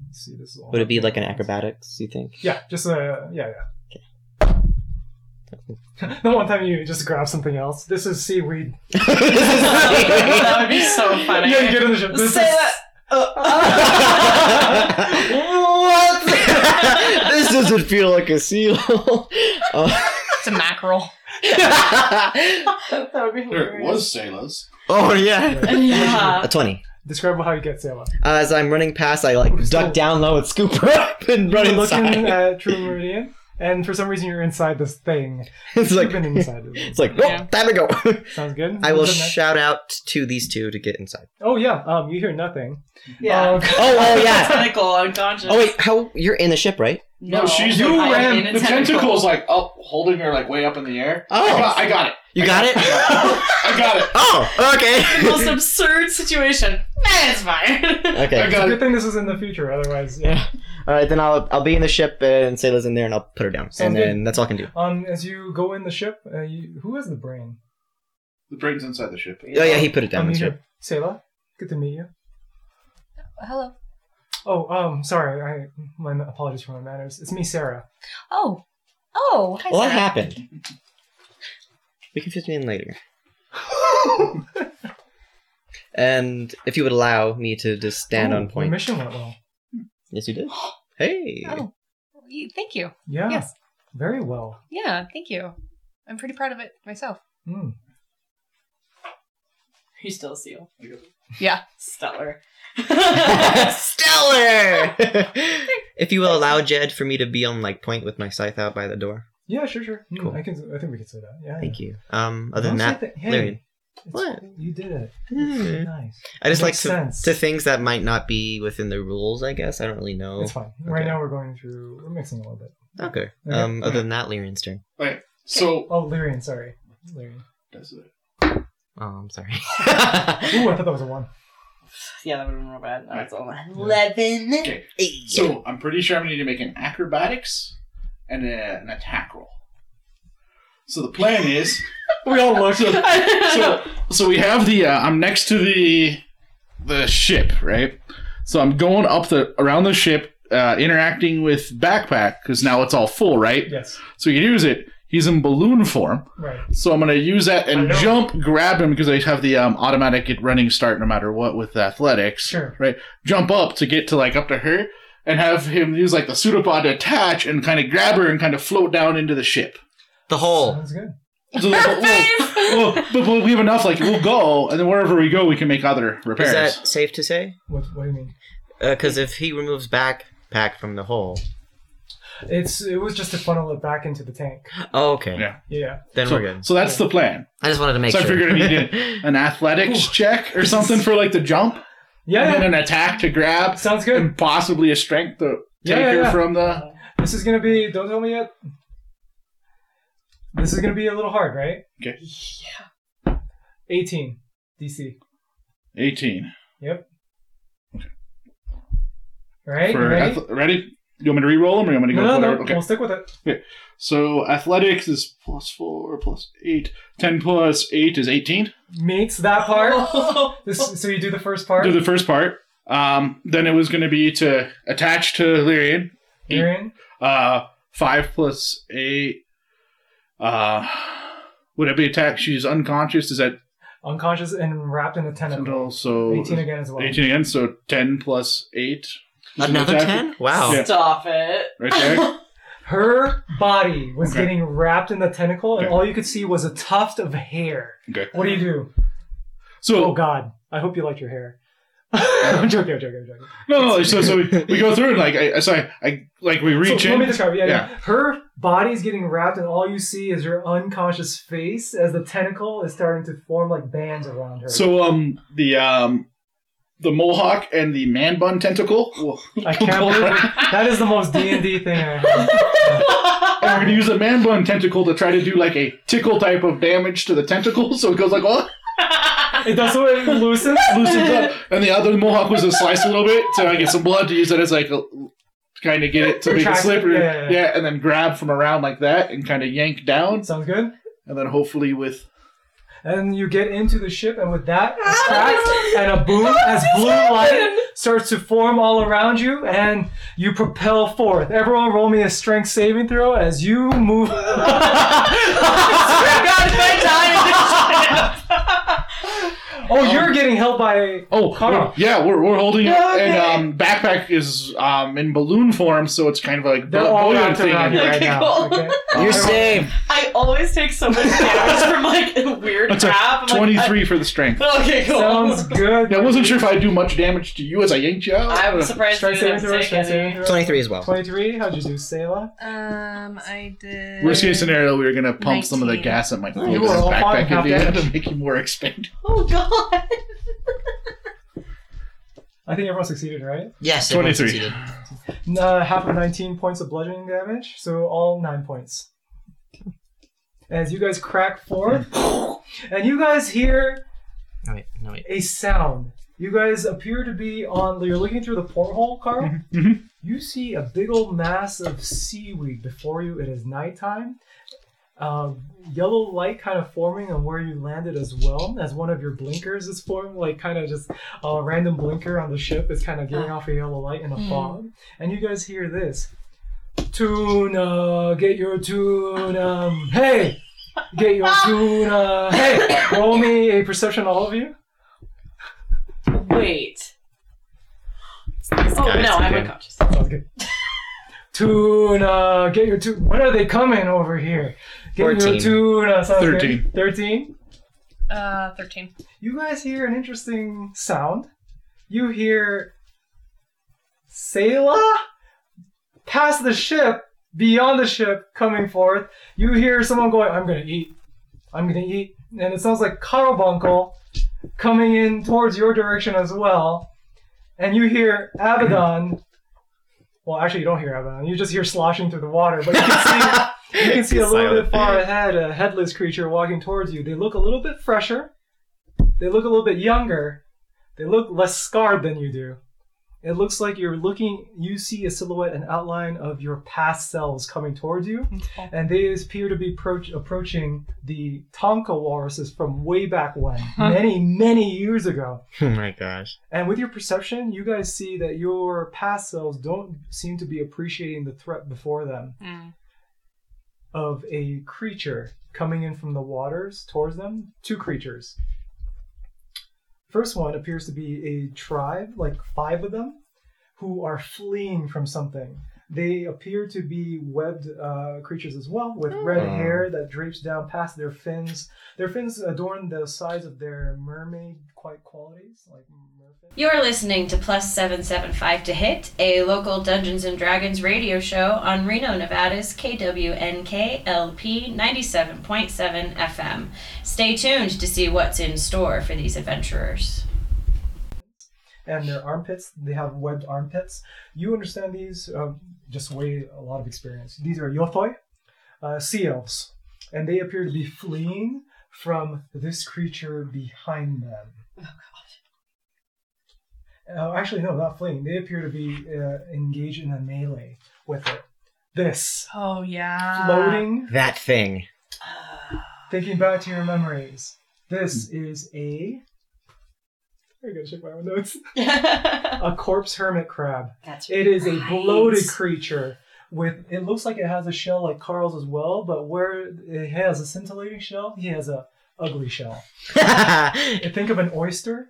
Let's see, this is all.
Would it be like an acrobatics? Do you think?
Yeah, just a yeah, yeah. the one time you just grab something else. This is seaweed.
That would be so funny.
Yeah, you get in the ship. This
Say
is...
that-
what? this doesn't feel like a seal. Uh,
It's a mackerel. that would be
There it was sailors.
oh yeah.
Yeah.
A twenty.
Describe how you get Sailor.
As I'm running past, I like duck down low and scoop her up and run
You're looking
inside.
at True Meridian, and for some reason you're inside this thing.
It's
You've
like
been inside. of it.
it's like oh,
Yeah.
time to go.
Sounds good.
I will
Who's up next?
shout out to these two to get inside.
oh yeah. Um, you hear nothing.
Yeah.
Um,
Oh, oh yeah.
Tentacle unconscious.
Oh wait, how you're in the ship, right?
No, Oh, she's
you
like,
ran-
the tentacle's like up, holding her like way up in the air. I got, I got it.
you got it.
I got it.
oh,
The most
okay.
absurd situation. Man, it's fine.
I
okay.
It's a
got
good
it.
thing this is in the future, otherwise, yeah.
All right, then I'll I'll be in the ship and Sailor's in there, and I'll put her down,
Sounds
and then that's all I can do.
Um, as you go in the ship, uh, you, who has the brain?
The brain's inside the ship.
Oh yeah, he put it down.
Um,
That's
you
right.
do. Selah, good to meet you.
Hello.
Oh, um, sorry, I my apologies for my manners. It's me, Sarah.
Oh. Oh. Hi,
What
Sarah.
happened? We can fit me in later. And if you would allow me to just stand
Ooh,
on
Your
point.
mission went well.
Yes, you did. Hey.
Oh. You- Thank you.
Yeah.
Yes.
Very well.
Yeah, thank you. I'm pretty proud of it myself.
Mm.
You still a seal.
Yeah.
Stellar.
Stellar. if you will allow Jed for me to be on like point with my scythe out by the door.
Yeah, sure, sure. Mm,
Cool.
I can. I think we can say that. Yeah.
Thank you. Um, other than that,
hey,
Lyrian.
it's-
What?
You did it.
Hmm.
Nice.
I just like
Makes
to,
sense.
to things that might not be within the rules. I guess I don't really know.
It's fine. Right
Okay.
now we're going through. We're mixing a little bit.
Okay.
Okay.
Um, other than that, Lyrian's turn.
So
Oh, Lyrian, sorry. Lyrian.
that's it.
Oh, I'm sorry.
Ooh, I thought that was a one.
Yeah, that would have been real bad. That's all.
Eleven.
Okay. So I'm pretty sure I'm going to need to make an acrobatics and a, an attack roll. So the plan is we all look. So, so, so we have the. Uh, I'm next to the the ship, right? So I'm going up the around the ship, uh, interacting with backpack because now it's all full, right?
Yes.
So you use it. He's in balloon form.
Right.
So I'm gonna use that
I
and
know.
jump, grab him because I have the um, automatic it running start no matter what with athletics.
Sure.
Right. Jump up to get to like up to her and have him use like the pseudopod to attach and kind of grab her and kind of float down into the ship.
The hole.
Sounds good.
So we'll- we'll- we'll- but, but we have enough. Like we'll go and then wherever we go, we can make other repairs.
Is that safe to say?
What, what do you mean?
Because Uh, if he removes backpack from the hole,
It's it was just to funnel it back into the tank.
oh okay,
Yeah.
Yeah.
then
so,
we're good.
So that's the plan.
I just wanted to make
so
sure.
I figured I needed an athletics check or something for like the jump, and
Yeah.
then an attack to grab,
Sounds good.
and possibly a strength to
Yeah,
take
yeah,
her
yeah.
from the.
This is gonna be. Don't tell me yet. This is gonna be a little hard, right?
Okay.
Yeah. 18 DC.
18.
Yep. All right.
For
you ready?
ath- ready? You want me to re-roll them, or you want me to
no,
go?
no,
with
no.
whatever? Okay.
We'll stick with it.
So athletics is plus four, plus eight. Ten plus eight is eighteen.
Meets that part. this, so you do the first part.
Do the first part. Um, then it was going to be to attach to Lyrian.
You're in.
Uh, five plus eight. Uh, would it be attack? She's unconscious. Is that
Unconscious and wrapped in a tentacle.
so
18 again as well.
18 again, so 10 plus 8.
Another
Attack-
ten? Wow.
Yeah.
Stop it.
Right there.
Her body was
Okay.
getting wrapped in the tentacle, and
Okay.
all you could see was a tuft of hair.
Okay.
What do you do? Oh
So,
God! I hope you liked your hair. I'm joking. I'm joking. I'm joking.
no, no, so, so we, we go through and like, I, so I, I, like we reach
so
in.
let me describe. it. Yeah, yeah.
Yeah.
Her body's getting wrapped, and all you see is her unconscious face as the tentacle is starting to form like bands around her.
So, um, the, um, the mohawk and the man bun tentacle. Well,
I can't believe it. that is the most D and D thing. I have.
and we're gonna use the man bun tentacle to try to do like a tickle type of damage to the tentacle, so it goes like, oh,
It does so it loosens.
loosens up. And the other mohawk was to slice a little bit, so I get some blood to use it as like a kind of get it to make it
Retract it,
slippery.
yeah, yeah, yeah.
and then grab from around like that and kind of yank down,
Sounds good.
and then hopefully with
And you get into the ship, and with that, a crack and a boom as blue light starts to form all around you, and you propel forth. Everyone, roll me a strength saving throw as you move. oh, you're getting held by.
oh
Carl.
we're- yeah, we're, we're holding and um, backpack is um, in balloon form, so it's kind of like
They're
bu-
all
buoyant
wrapped
thing.
around you right
Okay,
now.
cool.
Okay?
You're safe.
I always take so much damage from like a weird
That's
crap.
a
I'm like,
twenty-three for the strength.
I- okay, cool.
Sounds good.
Yeah, I wasn't sure if I'd do much damage to you as I yanked you out.
I'm surprised you
Strength saving
didn't
throw.
take
Strength saving
any.
throw.
Twenty-three as well.
23. How'd you do, Selah?
Um, I did.
Worst case scenario, we were gonna pump some of the
19.
gas that might flow
You
into
were
his
all fine,
backpack at the end
Captain.
to make him more expansive.
Oh god.
I think everyone succeeded, right?
Yes, everyone
23.
succeeded.
Uh, half of 19 points of bludgeoning damage, so all 9 points. As you guys crack forth, and you guys hear
No wait, no wait.
a sound. You guys appear to be on. You're looking through the porthole, Carl.
mhm.
You see a big old mass of seaweed before you. It is nighttime. Um, yellow light kind of forming on where you landed as well as one of your blinkers is formed, like kind of just a random blinker on the ship is kind of giving off a yellow light in a fog. And you guys hear this tuna, get your tuna, hey, get your tuna, hey. Roll me a perception, all of you.
Wait. Oh no, I'm
okay.
unconscious.
Sounds good. Tuna, get your tuna. When are they coming over here? Get your
Fourteen.
tuna. Sounds good.
Thirteen.
Thirteen.
Uh, thirteen.
You guys hear an interesting sound. You hear Selah past the ship, beyond the ship, coming forth. You hear someone going, "I'm gonna eat. I'm gonna eat," and it sounds like Carbuncle coming in towards your direction as well. And you hear Abaddon. Well, actually, you don't hear Abaddon. You just hear sloshing through the water, but you can see you can see a little bit far ahead a headless creature walking towards you. They look a little bit fresher. They look a little bit younger. They look less scarred than you do. It looks like you're looking, you see a silhouette, an outline of your past selves coming towards you, and they appear to be approach, approaching the Tonka walruses from way back when, many, many years ago.
Oh my gosh.
And with your perception, you guys see that your past selves don't seem to be appreciating the threat before them of a creature coming in from the waters towards them. Two creatures. First one appears to be a tribe, like five of them, who are fleeing from something. They appear to be webbed uh, creatures as well, with red
Oh.
hair that drapes down past their fins. Their fins adorn the sides of their mermaid quite qualities, like merfin.
You're listening to Plus 775 to Hit, a local Dungeons and Dragons radio show on Reno, Nevada's KWNKLP 97.7 FM. Stay tuned to see what's in store for these adventurers.
and their armpits. They have webbed armpits. You understand these? Uh, just way a lot of experience. These are yothoi, uh, sea elves, and they appear to be fleeing from this creature behind them. Uh, actually, no, not fleeing. They appear to be uh, engaged in a melee with it. This
Oh yeah.
floating
That thing.
Thinking back to your memories, this is a. I gotta check my own notes. a corpse hermit crab.
That's
It is a
right.
bloated creature with. It looks like it has a shell like Carl's as well, but where it has a scintillating shell, he has a ugly shell. And think of an oyster.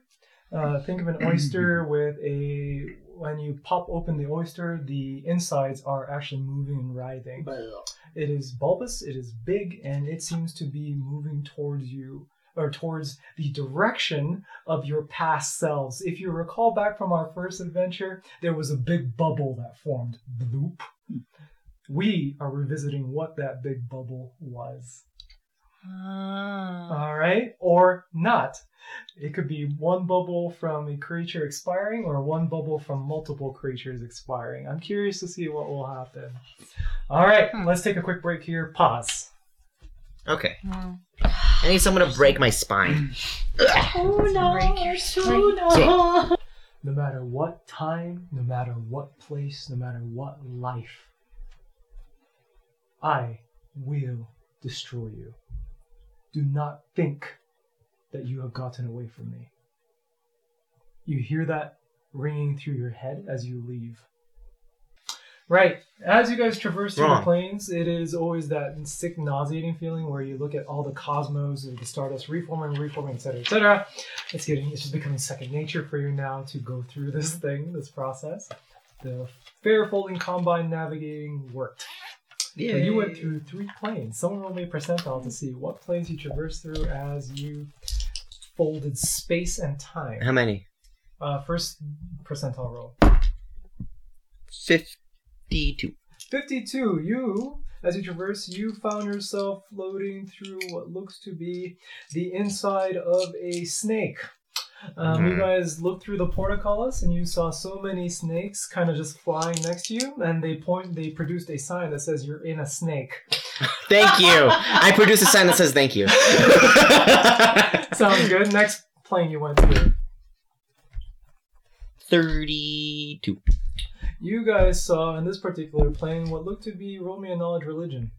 Uh, think of an oyster with a. When you pop open the oyster, the insides are actually moving and writhing. It is bulbous, it is big, and it seems to be moving towards you or towards the direction of your past selves. If you recall back from our first adventure, there was a big bubble that formed. Bloop. We are revisiting what that big bubble was. All right, or not. It could be one bubble from a creature expiring or one bubble from multiple creatures expiring. I'm curious to see what will happen. All right, let's take a quick break here. Pause.
Okay. I need someone to break my spine.
So-
No matter what time, no matter what place, no matter what life, I will destroy you. Do not think that you have gotten away from me. You hear that ringing through your head as you leave. Right. As you guys traverse through the
Wrong.
plains, it is always that sick, nauseating feeling where you look at all the cosmos of the stardust reforming, reforming, etc., etc. It's getting, it's just becoming second nature for you now to go through this thing, this process. The fair folding combine navigating worked. So you went through three planes. Someone roll me a percentile to see what planes you traversed through as you folded space and time.
How many?
Uh, first percentile roll.
52.
52. You, as you traverse, you found yourself floating through what looks to be the inside of a snake. Um, You
Mhm.
guys looked through the portcullis and you saw so many snakes kind of just flying next to you, and they point. They produced a sign that says "You're in a snake."
Thank you. I produce a sign that says thank you.
Sounds good. Next plane you went through.
32.
You guys saw in this particular plane what looked to be roll me a knowledge religion.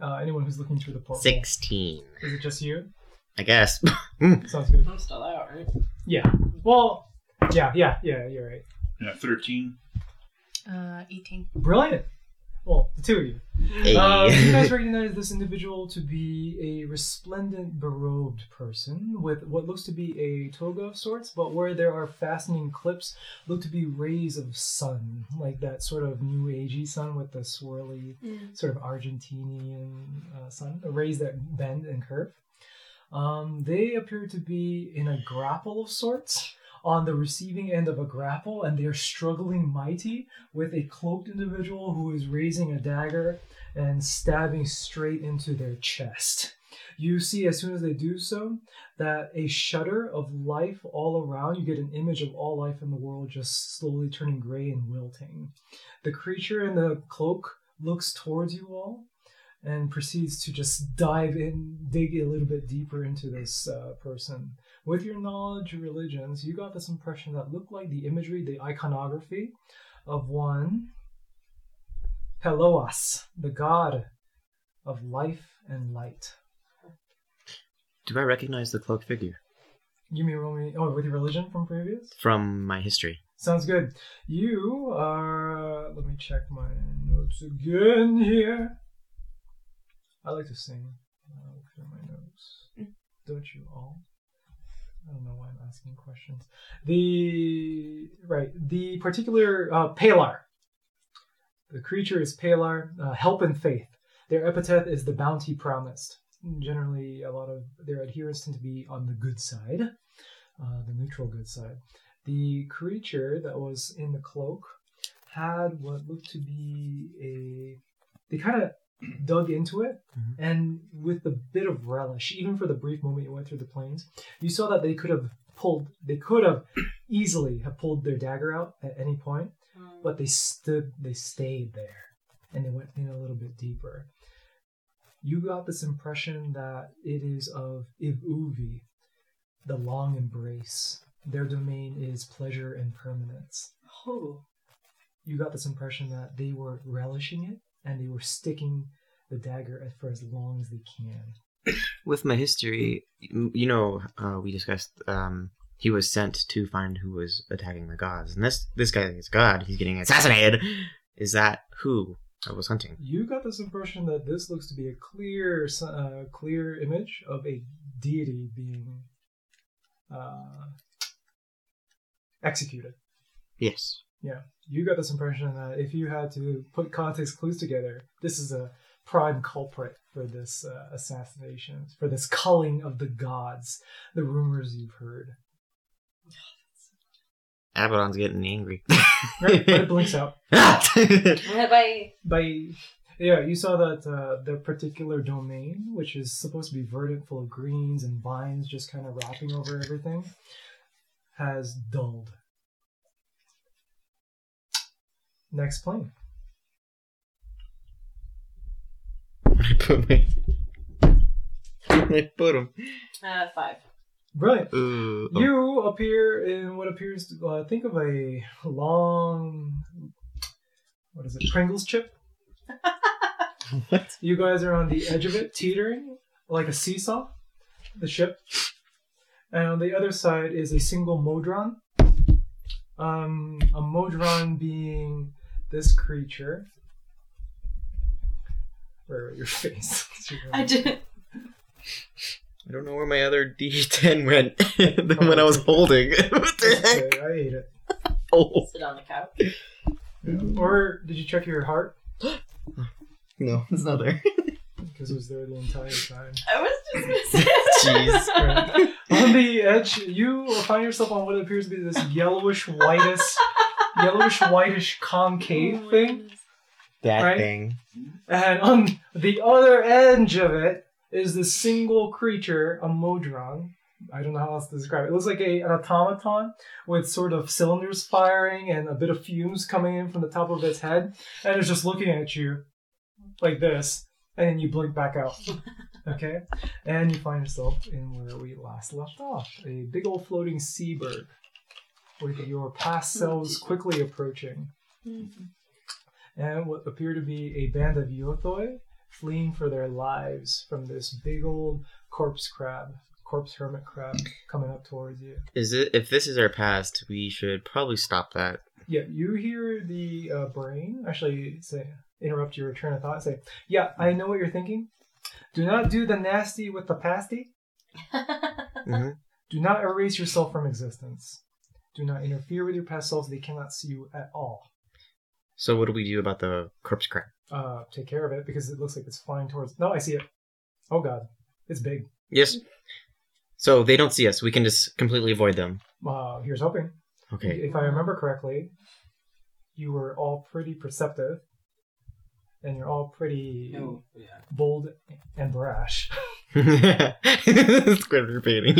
Uh, anyone who's looking through the portal.
16.
Is it just you?
I guess.
Sounds good.
I'm still out, right?
Yeah. Well, yeah, yeah, yeah, you're right.
yeah, 13.
Uh, eighteen.
Brilliant. Well, the two of you.
Hey.
Uh, you guys recognize this individual to be a resplendent, berobed person with what looks to be a toga of sorts, but where there are fastening clips, look to be rays of sun, like that sort of new agey sun with the swirly, sort of Argentinian uh, sun, rays that bend and curve. Um, they appear to be in a grapple of sorts. On the receiving end of a grapple, and they're struggling mighty with a cloaked individual who is raising a dagger and stabbing straight into their chest. You see, as soon as they do so, that a shudder of life all around. You get an image of all life in the world just slowly turning gray and wilting. The creature in the cloak looks towards you all and proceeds to just dive in, dig a little bit deeper into this uh, person with your knowledge of religions, you got this impression that looked like the imagery, the iconography of one Peloas, the god of life and light.
Do I recognize the cloak figure
You mean roll me? Oh, with your religion from previous?
from my history?
Sounds good. You are. uh, Let me check my notes again here. I like to sing. Uh, look through my notes. Don't you all? I don't know why I'm asking questions. The right, the particular uh, Palar. The creature is Palar. Uh, help and faith. Their epithet is the bounty promised. Generally, a lot of their adherents tend to be on the good side, uh, the neutral good side. The creature that was in the cloak had what looked to be a. They kind of dug into it, and with a bit of relish, even for the brief moment you went through the planes, you saw that they could have pulled. They could have easily have pulled their dagger out at any point, but they stood. They stayed there, and they went in a little bit deeper you got this impression that it is of Ivuvi, the long embrace. Their domain is pleasure and permanence.
Oh.
You got this impression that they were relishing it and they were sticking the dagger as- for as long as they can.
With my history, m- you know, uh, we discussed um, he was sent to find who was attacking the gods, and this this guy is god. He's getting assassinated. Is that who I was hunting?
You got this impression that this looks to be a clear, s- uh, clear image of a deity being uh, executed.
Yes.
Yeah, you got this impression that if you had to put context clues together, this is a prime culprit for this uh, assassination, for this culling of the gods, the rumors you've heard.
Abaddon's getting angry.
Right, but it blinks out.
Bye.
By yeah, you saw that uh, their particular domain, which is supposed to be verdant, full of greens and vines, just kind of wrapping over everything, has dulled. Next plane.
I put my. I put him.
Uh, five.
Brilliant.
Ooh, oh.
You appear in what appears to uh, think of a long, what is it, Pringles chip? what? You guys are on the edge of it, teetering like a seesaw, the ship. And on the other side is a single modron. Um, a modron being this creature. Where your face?
I did.
I don't know where my other D10 went. the one I was holding. what the heck?
Okay, I ate it.
Oh.
Sit on the couch.
Yeah. Or did you check your heart?
No, it's not there.
Because it was there the entire time.
I was just gonna say.
Jeez.
on the edge, you will find yourself on what appears to be this yellowish whitish, yellowish whitish
Oh
concave thing,
That
Right?
thing.
and on the other edge of it is this single creature, a modron. I don't know how else to describe it. It looks like a, an automaton with sort of cylinders firing and a bit of fumes coming in from the top of its head, and it's just looking at you like this, and then you blink back out. Okay, and you find yourself in where we last left off a big old floating seabird with your past selves quickly approaching. And what appear to be a band of Yothoi fleeing for their lives from this big old corpse crab, corpse hermit crab coming up towards you.
Is it? If this is our past, we should probably stop that.
Yeah, you hear the uh, brain actually say, interrupt your train of thought and say, Yeah, I know what you're thinking. Do not do the nasty with the pasty.
Mhm.
Do not erase yourself from existence. Do not interfere with your past selves. They cannot see you at all.
So what do we do about the corpse crab?
Uh, take care of it because it looks like it's flying towards. No, I see it. Oh, God. It's big.
Yes. So they don't see us. We can just completely avoid them.
Uh, here's hoping.
Okay.
If I remember correctly, you were all pretty perceptive and you're all pretty
No. Yeah.
bold and brash.
it's quite repeating.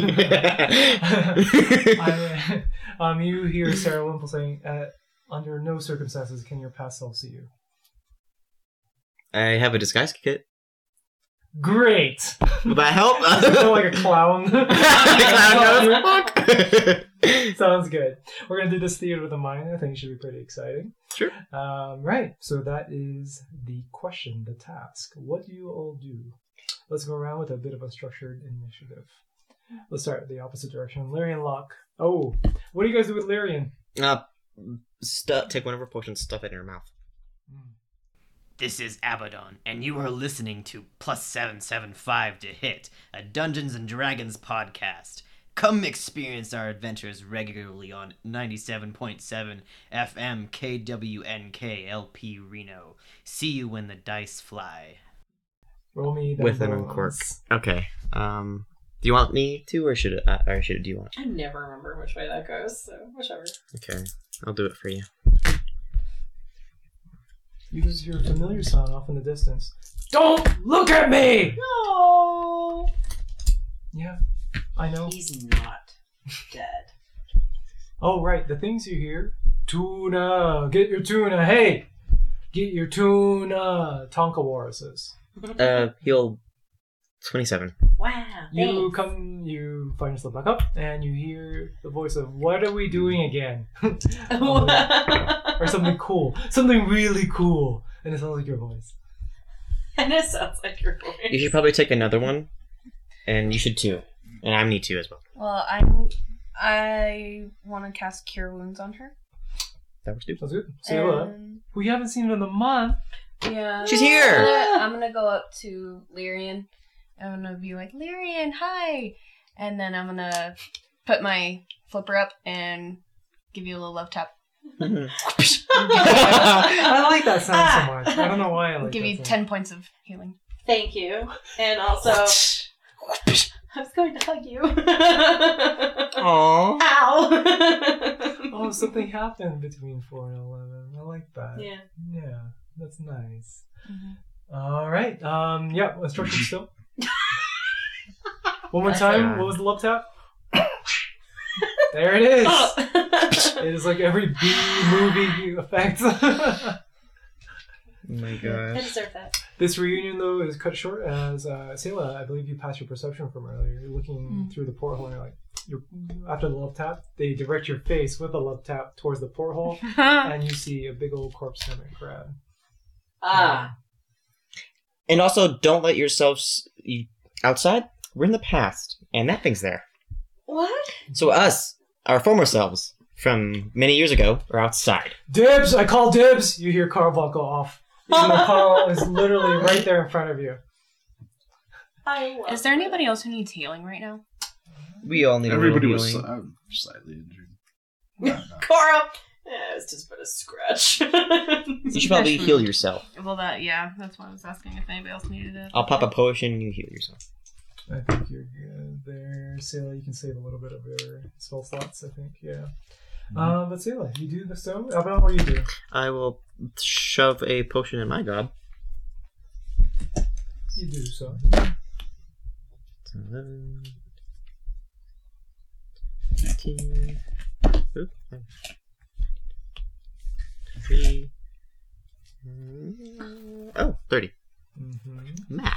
I, um, you hear Sarah Wimple saying, uh, "Under no circumstances can your past self see you."
I have a disguise kit.
Great.
Will that help?
I feel like a clown. Sounds good. We're gonna do this theater with a minor. I think it should be pretty exciting.
Sure.
Um, right. So that is the question, the task. What do you all do? Let's go around with a bit of a structured initiative. Let's start the opposite direction. Lyrian Locke. Oh, what do you guys do with Lyrian?
Uh, stu- take one of her potions, stuff it in her mouth.
This is Abaddon, and you are listening to Plus 775 to Hit, a Dungeons and Dragons podcast. Come experience our adventures regularly on 97.7 FM KWNK LP Reno. See you when the dice fly.
Roll me that
with an
roll.
uncork. Okay. Um, do you want me to, or should uh, or should do you want?
I never remember which way that goes, so whichever.
Okay, I'll do it for you.
Uses your familiar sound off in the distance.
Don't
look at me!
No.
Yeah, I know.
He's not dead.
Oh, right. The things you hear tuna, get your tuna. Hey, get your tuna. Tonka War says.
Uh, heal twenty-seven.
Wow.
You come, you find yourself back up, and you hear the voice of, What are we doing again? or something cool. Something really cool. And it sounds like your voice.
And it sounds like your voice.
You should probably take another one, and you should too, and I need two as well.
Well, I'm. I want to cast Cure Wounds on her.
That was stupid.
Sounds good. Say
Uh,
hello. We haven't seen it in a month.
Yeah.
She's here!
I'm gonna, I'm gonna go up to Lyrian. I'm gonna be like, Lyrian, hi! And then I'm gonna put my flipper up and give you a little love tap.
I like that sound so much. I don't know why I like
give
that
you
sound.
10 points of healing.
Thank you. And also, I was going to hug you.
Aww.
Ow.
oh, something happened between 4 and 11. I like that.
Yeah.
Yeah, that's nice. All right. Um, yeah, let's structure still. One more time. What was the love tap? there it is. it is like every B movie effect.
Oh my
I
gosh.
deserve that.
this reunion, though, is cut short as uh, Selah, I believe you passed your perception from earlier. You're looking
Hmm.
through the porthole and you're like, you're, after the love tap, they direct your face with a love tap towards the porthole,
Uh-huh.
and you see a big old corpse hermit crab.
Ah.
And also, don't let yourselves you, outside. We're in the past, and that thing's there.
What?
So us, our former selves from many years ago, are outside.
Dibs! I call dibs! You hear Carval go off. Even though Carl is literally right there in front of you.
I love
Is there anybody else who needs healing right now?
We all need
Everybody
a little
was
healing.
sli- I'm slightly injured.
Cora. Yeah, it's just but a scratch.
You should probably heal yourself.
Well, that, yeah, that's why I was asking if anybody else needed it.
I'll pop a potion. You heal yourself.
I think you're good there. Selah, you can save a little bit of your spell slots, I think, yeah. Uh, but Selah, you do the stone? About what do you do?
I will shove a potion in my gob.
You do so.
Eleven. Three. Oh, 30.
hmm
Math.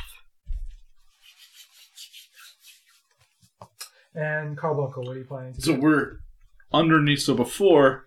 And Carbuncle, what are you planning to
So
do?
we're underneath. So before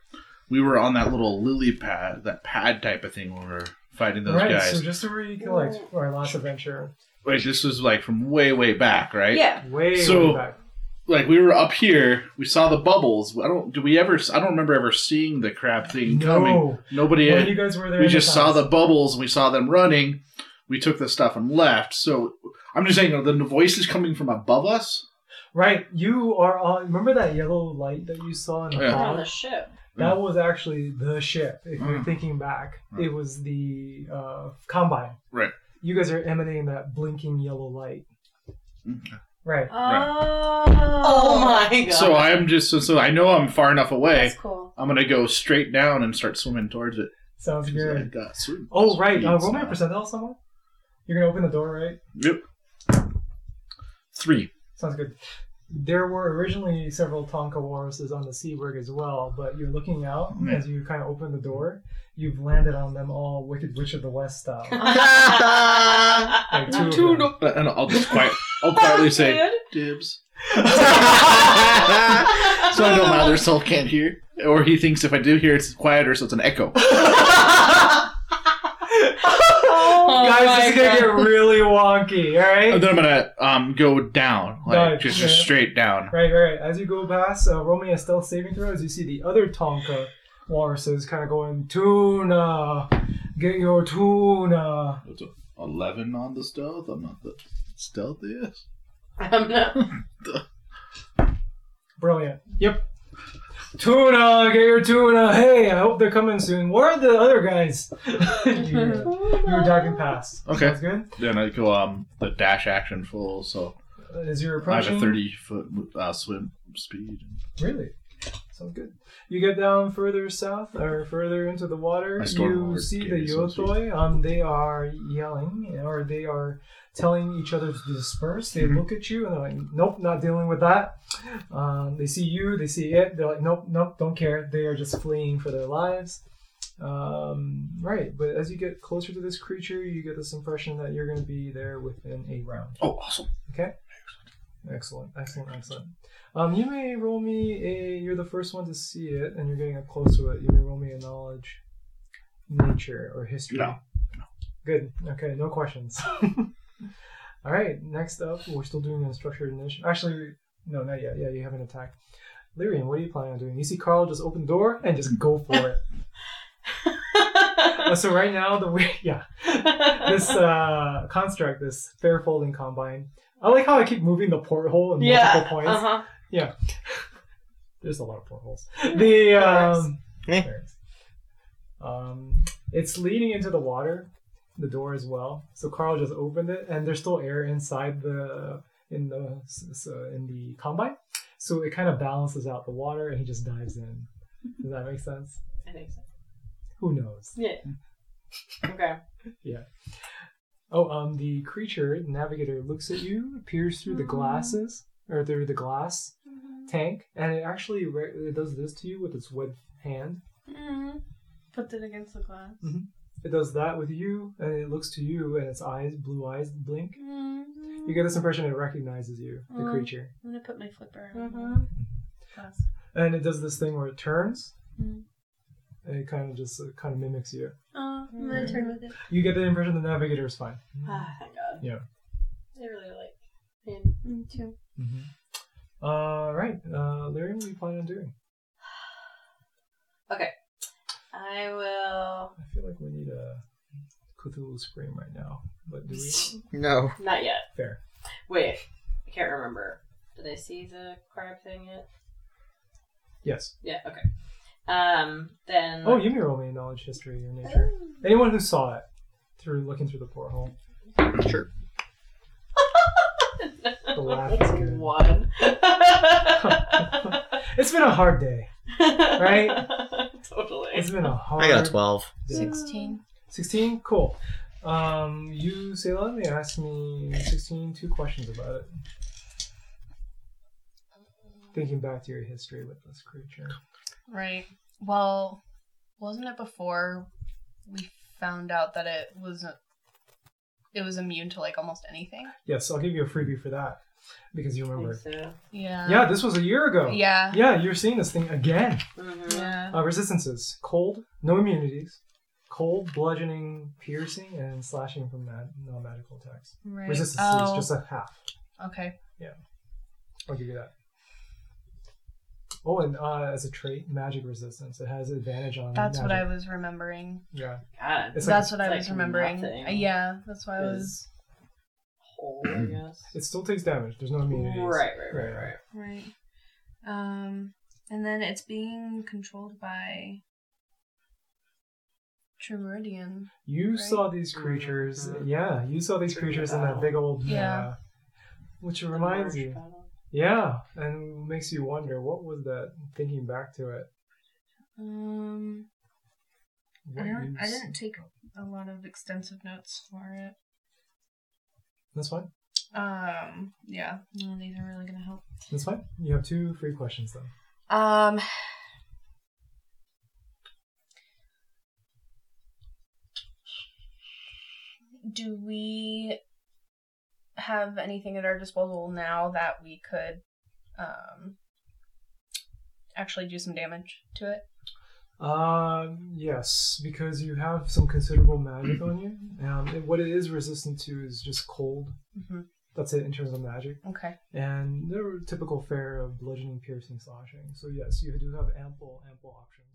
we were on that little lily pad, that pad type of thing where we're fighting those
right,
guys.
so just to recollect our last adventure,
Wait, this was like from way, way back, right?
Yeah.
way,
So-
way back.
Like we were up here, we saw the bubbles. I don't. Do we ever? I don't remember ever seeing the crab thing
No.
coming. Nobody.
When you guys were there,
we
in
just saw
past.
the bubbles. We saw them running. We took the stuff and left. So I'm just saying, are the voice is coming from above us.
Right, you are on. Remember that yellow light that you saw in the
Yeah.
Oh,
fog?
on the ship.
That was actually the ship. If you're
Mm.
thinking back,
Mm.
it was the uh, combine.
Right.
You guys are emanating that blinking yellow light. Right.
Oh.
Oh my god.
So I'm just so, so I know I'm far enough away.
That's cool.
I'm gonna go straight down and start swimming towards it.
Sounds
'Cause I
good.
got swim
Oh, right. Uh,
speeds
roll me a
now.
percentile, someone. You're going to open the door, right?
Yep. Three.
Sounds good. There were originally several Tonka walruses on the Seaberg as well, but you're looking out as you kind of open the door. You've landed on them all, Wicked Witch of the West style. Like two of them.
Uh, And I'll just quiet, I'll quietly say dibs. so I know my other self can't hear, or he thinks if I do hear, it's quieter, so it's an echo.
Guys, this is gonna get really wonky. All right.
And then I'm gonna um go down, like
Dive,
just just
yeah.
straight down.
Right, right. As you go past, uh, roll me a stealth saving throw as you see the other Tonka walruses kind of going, Tuna! Get your tuna!
That's a Eleven on the stealth. I'm not the stealthiest.
I'm not.
Brilliant. Yep. Tuna! Get your tuna! Hey, I hope they're coming soon. Where are the other guys? you, you're diving past.
Okay.
Sounds good.
Then I go um the dash action full, so
Uh, As you're
I
approaching.
have a thirty foot uh, swim speed.
Really? Sounds good. You get down further south or further into the water.
My storm
You
lord
see
gave
the
me some sweet-
Yotoi. Um, they are yelling or they are telling each other to disperse. They
Mhm.
look at you and they're like, "Nope, not dealing with that." Um, they see you. They see it. They're like, "Nope, nope, don't care." They are just fleeing for their lives. Um, right, but as you get closer to this creature, you get this impression that you're going to be there within a round.
Oh, awesome!
Okay. Excellent, excellent, excellent. Um, you may roll me a. You're the first one to see it, and you're getting up close to it. You may roll me a knowledge, nature, or history.
No.
Good. Okay. No questions. All right. Next up, we're still doing an unstructured initiative. Actually, no, not yet. Yeah, you haven't attacked. Lyrian, what are you planning on doing? You see Carl just open the door and just go for it. Uh, so right now the way yeah this uh construct this fair folding combine i like how i keep moving the porthole in
Yeah.
multiple points
Uh huh.
yeah there's a lot of portholes the um,
Eh.
there it is. um it's leading into the water the door as well so carl just opened it and there's still air inside the in the s- s- uh, in the combine so it kind of balances out the water and he just dives in does that make sense
I think so.
who knows
Yeah. Okay.
Yeah. Oh, um, the creature the navigator looks at you, peers through the glasses or through the glass tank, and it actually re- it does this to you with its web hand.
Mm. Put it against the glass.
It does that with you, and it looks to you, and its eyes, blue eyes, blink.
Mm.
You get this impression it recognizes you, the
Oh.
Mm.
creature,
I'm gonna put my flipper on
Mhm.
the glass.
and it does this thing where it turns.
Hmm.
Mm.
And it kind of just uh, kind of mimics you.
Oh, I'm
Mm-hmm.
gonna turn with it.
You get the impression the navigator is fine.
Ah, thank God.
Yeah.
I really like. him.
Me too.
All right, uh, Lyrian, what do you plan on doing?
I will.
I feel like we need a Cthulhu scream right now, but do we?
No.
Not yet.
Fair.
Wait. I can't remember. Did I see the crab thing yet?
Yes.
Yeah. Okay. Um. Then.
Oh, you may roll me a knowledge history or nature.
Oh.
Anyone who saw it through looking through the porthole.
Sure.
The laugh is good.
One.
It's been a hard day. Right?
totally.
It's been a hard.
I got a twelve.
day.
Sixteen.
Sixteen. Cool. Um, you say let me ask me 16 two questions about it. Thinking back to your history with this creature.
Right. Well, wasn't it before we found out that it wasn't? It was immune to like almost anything.
Yes, I'll give you a freebie for that because you
I think
remember.
so.
Yeah.
Yeah, this was a year ago.
Um, Yeah.
Yeah, you're seeing this thing again.
Mhm.
Yeah.
Uh, resistances: cold, no immunities, cold, bludgeoning, piercing, and slashing from mag- non-magical attacks.
Right.
Resistances
oh.
just a half.
okay.
I'll give you that. Oh, and uh, as a trait, magic resistance. It has advantage on.
That's what I
magic.
was remembering.
Yeah.
God.
It's like-
that's what I
like
was remembering.
nothing
Uh, yeah. That's why I was.
is whole, I guess.
It still takes damage. There's no immunities.
Right, right, right, right.
Right. Um, and then it's being controlled by Tremeridian.
You
Right?
saw these creatures.
Mhm.
Yeah, you saw these
During the
creatures in that
battle.
big old.
Yeah.
uh, which reminds you. Yeah, and makes you wonder what was that. Thinking back to it.
Um, I,
what
don't,
you
I
s-
didn't take a lot of extensive notes for it.
That's fine.
Um, yeah, none of these are really gonna help.
That's fine. You have two free questions though.
Um. Do we have anything at our disposal now that we could um, actually do some damage to it?
Um, yes, because you have some considerable magic on you. Um, and what it is resistant to is just cold.
Mhm.
That's it in terms of magic.
Okay.
And the typical fare of bludgeoning, piercing, slashing. So yes, you do have ample, ample options.